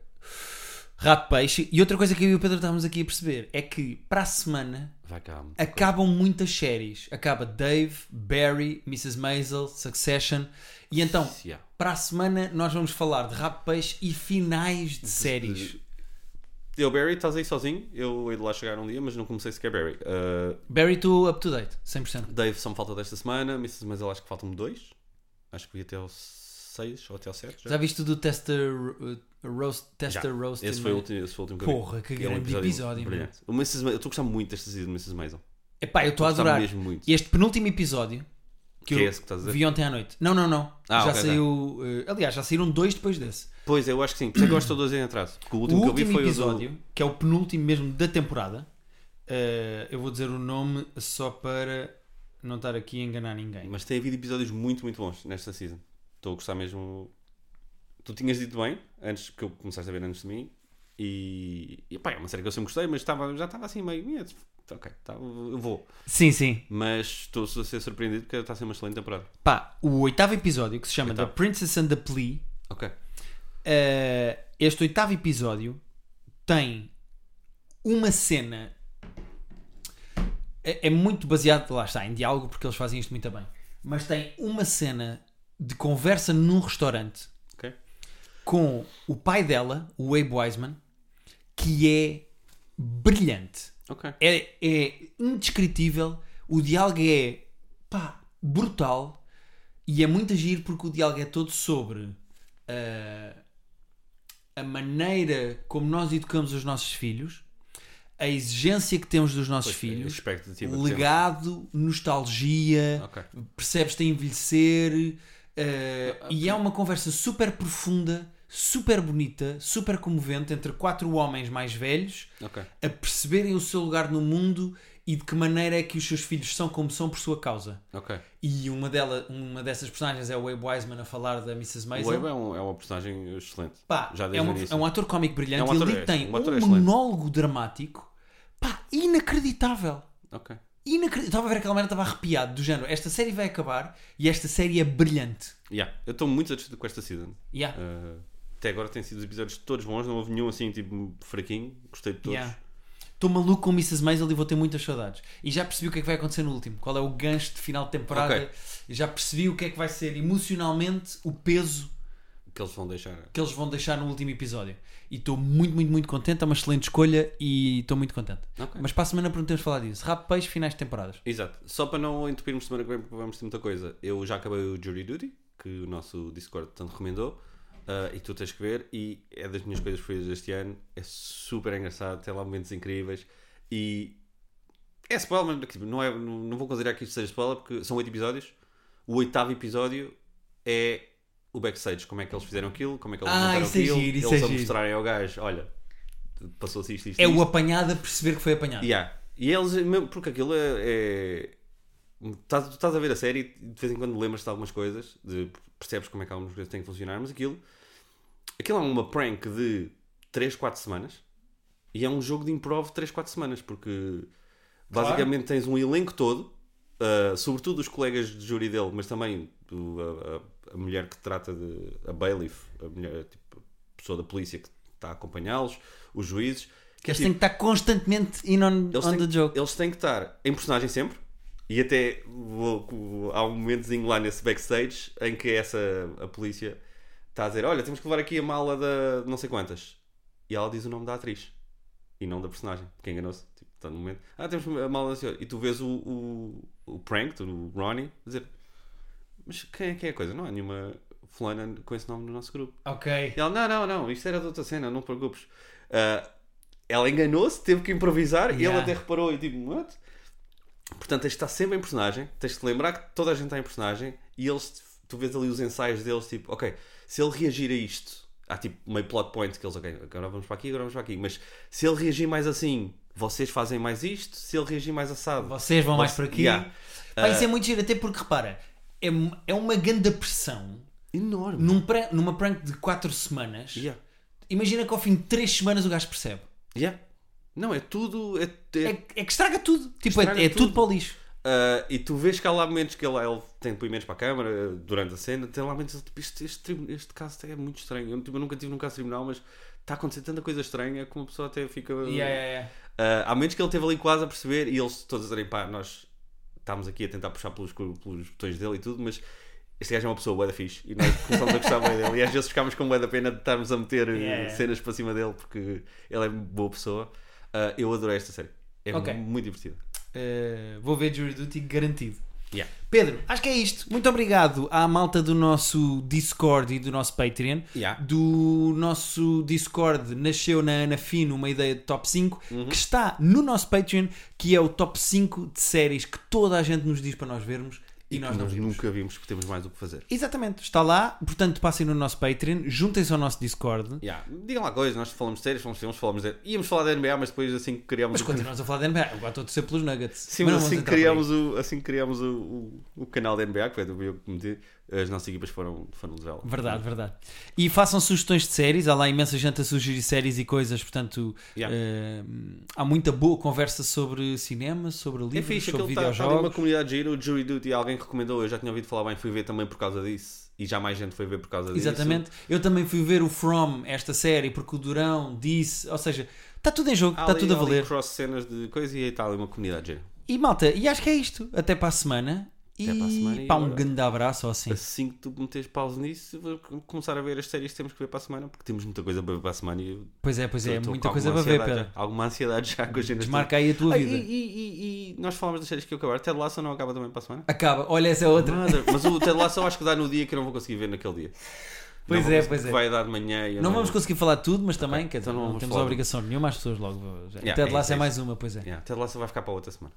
A: rato peixe. E outra coisa que eu e o Pedro estávamos aqui a perceber é que para a semana
B: Vai cá. muita coisa.
A: acabam muitas séries. Acaba Dave, Barry, Mrs. Maisel, Succession. E então,
B: Se há.
A: para a semana nós vamos falar de rato peixe e finais de séries.
B: Eu, Barry, estás aí sozinho. Eu hei de lá chegar um dia, mas não comecei sequer Barry. Uh,
A: Barry, tu up to date, 100%.
B: Dave só me falta desta semana. Mrs. Mas acho que faltam-me dois. Acho que fui até ao seis ou até ao sete.
A: Já viste o do Tester uh, Roast? Tester Roast
B: Esse
A: in
B: foi, o
A: my-
B: último, esse foi o último que eu vi. um
A: Porra, que grande episódio, mano.
B: brilhante. O Mrs. Ma- Eu estou a gostar muito desta season do Mrs. Maisel.
A: Epá, eu estou a
B: Gostava
A: adorar.
B: mesmo muito.
A: Este penúltimo episódio que,
B: Que é
A: eu
B: esse que estás a dizer?
A: vi ontem à noite. Não, não, não. já
B: Ah, ok, ok.
A: saiu. eh, aliás, já saíram dois depois desse.
B: Pois, eu acho que sim. Por isso é que eu estou dois em atraso. Porque o
A: O
B: último
A: último,
B: que eu vi foi
A: episódio,
B: o
A: que é o penúltimo mesmo da temporada, eh, eu vou dizer o nome só para não estar aqui a enganar ninguém.
B: do... Mas tem havido episódios muito, muito bons nesta season. Estou a gostar mesmo... Tu tinhas dito bem, antes que eu começaste a ver antes de mim. E... e pá, é uma série que eu sempre gostei, mas estava, já estava assim meio... "Eh, Ok, tá, eu vou.
A: Sim, sim.
B: Mas estou a ser surpreendido porque está a ser uma excelente temporada.
A: Pá, o oitavo episódio, que se chama
B: Oitavo.
A: The Princess and the Plea,
B: Ok.
A: Uh, este oitavo episódio tem uma cena. É, é muito baseado, lá está, em diálogo, porque eles fazem isto muito bem. Mas tem uma cena de conversa num restaurante
B: Ok.
A: com o pai dela, o Abe Wiseman, que é brilhante.
B: Ok.
A: É, é indescritível. O diálogo é pá, brutal e é muito agir porque o diálogo é todo sobre ah, a maneira como nós educamos os nossos filhos, a exigência que temos dos nossos
B: Eu
A: filhos,
B: é, Expectativa. que temos.
A: legado, nostalgia,
B: Ok.
A: percebes-te a envelhecer ah, e é uma conversa super profunda, super bonita, super comovente entre quatro homens mais velhos
B: Ok.
A: a perceberem o seu lugar no mundo e de que maneira é que os seus filhos são como são por sua causa.
B: Ok.
A: E uma, dela, uma dessas personagens é o Abe Wiseman a falar da Mrs.
B: O Abe
A: Maisel.
B: é, um, é uma personagem excelente.
A: Pá,
B: Já
A: é,
B: desde
A: uma-
B: o
A: é
B: início.
A: um ator cómico brilhante
B: É um
A: e
B: ator-
A: ele tem
B: é um ator
A: um,
B: excelente.
A: monólogo dramático pá, inacreditável.
B: Ok.
A: Inacreditável. Estava a ver aquela merda, estava arrepiado, do género. Esta série vai acabar e esta série é brilhante.
B: Yeah. Eu estou muito satisfeito com esta season. Eh,
A: Yeah.
B: Uh, até agora têm sido os episódios todos bons, não houve nenhum assim tipo fraquinho, gostei de todos.
A: Yeah. estou maluco com Mrs. Maisel e vou ter muitas saudades. E já percebi o que é que vai acontecer no último, qual é o gancho de final de temporada,
B: Ok.
A: e já percebi o que é que vai ser emocionalmente o peso
B: Que eles vão deixar.
A: que eles vão deixar no último episódio. E estou muito, muito, muito contente, é uma excelente escolha e estou muito contente.
B: Ok.
A: Mas para a semana prometemos falar disso. Rap peixe, finais de temporadas.
B: Exato. Só para não entupirmos semana que vem, porque vamos ter muita coisa. Eu já acabei o Jury Duty, que o nosso Discord tanto recomendou, ah, e tu tens que ver, e é das minhas coisas preferidas deste ano. É super engraçado, tem lá momentos incríveis, e é spoiler, mas tipo, não, é, não, não vou considerar que isto seja spoiler, porque são oito episódios. O oitavo episódio é o backstage, como é que eles fizeram aquilo, como é que eles
A: Ah,
B: montaram
A: isso é
B: aquilo,
A: giro, isso
B: eles
A: é
B: a
A: giro.
B: mostrarem ao gajo, olha, passou-se isto, isto,
A: É
B: isto.
A: o apanhado a perceber que foi apanhado.
B: Yeah. E eles, mesmo- porque aquilo é. é- Estás, tu estás a ver a série e de vez em quando lembras-te de algumas coisas, de- percebes como é que algumas coisas têm que funcionar, mas aquilo. Aquilo é uma prank de 3, 4 semanas e é um jogo de improv de 3, 4 semanas, porque basicamente tens um elenco todo, ah, sobretudo os colegas de júri dele, mas também do- a, a- a mulher que trata de. a bailiff, a mulher, tipo, a pessoa da polícia que está a acompanhá-los, os juízes.
A: Que eles
B: tipo,
A: têm que estar constantemente in on,
B: eles,
A: on
B: têm,
A: the joke.
B: eles têm que estar em personagem sempre. E até vou- vou- há um momentozinho lá nesse backstage em que essa a polícia está a dizer: Olha, temos que levar aqui a mala da não sei quantas. E ela diz o nome da atriz e não da personagem. Quem enganou-se? Tipo, está no momento: Ah, temos a mala da senhora. E tu vês o, o, o prank, o Ronnie, dizer: Mas quem é que é a coisa? Não há nenhuma fulana com esse nome no nosso grupo.
A: Ok.
B: E ela, não, não, não, isto era de outra cena, não te preocupes. Ah, ela enganou-se, teve que improvisar e
A: Yeah.
B: ele até reparou e tipo, what? Portanto, tens de estar sempre em personagem, tens de te lembrar que toda a gente está em personagem e eles, tu vês ali os ensaios deles, tipo, ok, se ele reagir a isto, há tipo meio plot point que eles, ok, agora vamos para aqui, agora vamos para aqui, mas se ele reagir mais assim, vocês fazem mais isto, se ele reagir mais assado,
A: Vocês vão mais
B: Você-
A: para aqui.
B: Yeah. Uh,
A: Vai ser muito giro, até porque repara, é, é uma grande pressão
B: enorme.
A: num pran- numa prank de 4 semanas.
B: Yeah.
A: Imagina que ao fim de 3 semanas o gajo percebe.
B: Yeah. Não, é tudo, é-
A: É,
B: é
A: é que estraga tudo. Tipo,
B: Estraga
A: é, é
B: tudo.
A: tudo para o lixo.
B: Uh, e tu vês que há lá momentos que ele, ele tem depoimentos para a câmara uh, durante a cena, tem lá momentos tipo, este, este, tribu- este caso é muito estranho. Eu, tipo, eu nunca tive num caso de tribunal, mas está acontecendo tanta coisa estranha que uma pessoa até fica. Uh, há momentos que ele teve ali quase a perceber e eles todos a dizerem, pá, nós estávamos aqui a tentar puxar pelos, cu- pelos botões dele e tudo, mas este gajo é uma pessoa bué da fixe e nós começamos a gostar bué dele e às vezes ficámos com bué da pena de estarmos a meter uh,
A: Yeah.
B: cenas para cima dele porque ele é uma boa pessoa. Uh, eu adorei esta série. É
A: Ok.
B: muito divertida.
A: Uh, vou ver Jury Duty garantido.
B: Yeah.
A: Pedro, acho que é isto. Muito obrigado à malta do nosso Discord e do nosso Patreon.
B: Yeah.
A: Do nosso Discord nasceu na Ana Fino uma ideia de top 5
B: Uhum.
A: que está no nosso Patreon, que é o top 5 de séries que toda a gente nos diz para nós vermos e, nós
B: nós,
A: não vimos.
B: nunca vimos porque temos mais o que fazer.
A: Exatamente, está lá. Portanto, passem no nosso Patreon, juntem-se ao nosso Discord.
B: Yeah. Digam lá coisas, nós falamos sérios, falamos filmes, falamos de... Íamos falar da NBA, mas depois assim que
A: Mas
B: criámos o...
A: continuamos a falar da NBA. Agora estou a torcer pelos Nuggets.
B: Sim,
A: não
B: mas
A: vamos
B: assim que
A: entrar por aí.
B: criámos, o, assim que criámos o, o, o canal da NBA, que foi do meu que meti, as nossas equipas foram, foram de vela.
A: Verdade, verdade. E façam sugestões de séries, há lá imensa gente a sugerir séries e coisas, portanto
B: Yeah.
A: eh, há muita boa conversa sobre cinema, sobre
B: É
A: livros,
B: fixe,
A: sobre
B: aquilo está tá ali uma
A: videojogos.
B: comunidade gira, o Jury Duty, alguém recomendou, eu já tinha ouvido falar bem, fui ver também por causa disso. E já mais gente foi ver por causa disso.
A: Exatamente. Eu também fui ver o From, esta série, porque o Durão disse, ou seja, está tudo em jogo,
B: Há
A: está Tá
B: ali-
A: tudo a
B: há ali
A: valer.
B: cross cenas de coisa e aí está ali uma comunidade gira.
A: E malta, e acho que é isto. Até para a semana.
B: Até para a semana
A: E
B: e
A: pá, um
B: agora?
A: grande abraço ou assim.
B: Assim que tu meteres pausa nisso, vou começar a ver as séries que temos que ver para a semana, porque temos muita coisa para ver para a semana e eu
A: Pois é, pois é,
B: Eu tô
A: muita
B: com
A: coisa para
B: alguma
A: ver,
B: ansiedade
A: Pedro.
B: já. Alguma ansiedade já com a gente.
A: Desmarca aí a tua
B: Ah,
A: vida.
B: E, e- e- e nós falamos das séries que eu acabar. Ted Lasso não acaba também para a semana?
A: Acaba, olha, essa é outra.
B: Mother. Mas o Ted Lasso eu acho que dá no dia que eu não vou conseguir ver naquele dia.
A: Pois
B: Não
A: é,
B: vou conseguir-
A: pois é.
B: Vai dar de manhã. e eu
A: Não vamos conseguir falar tudo, mas também, quer dizer,
B: então não
A: não,
B: vamos
A: temos
B: falar.
A: obrigação nenhuma, as pessoas logo.
B: Yeah,
A: Até de
B: é
A: lá
B: isso,
A: é
B: é
A: mais uma, pois é.
B: Yeah, Ted Lasso vai ficar para outra semana.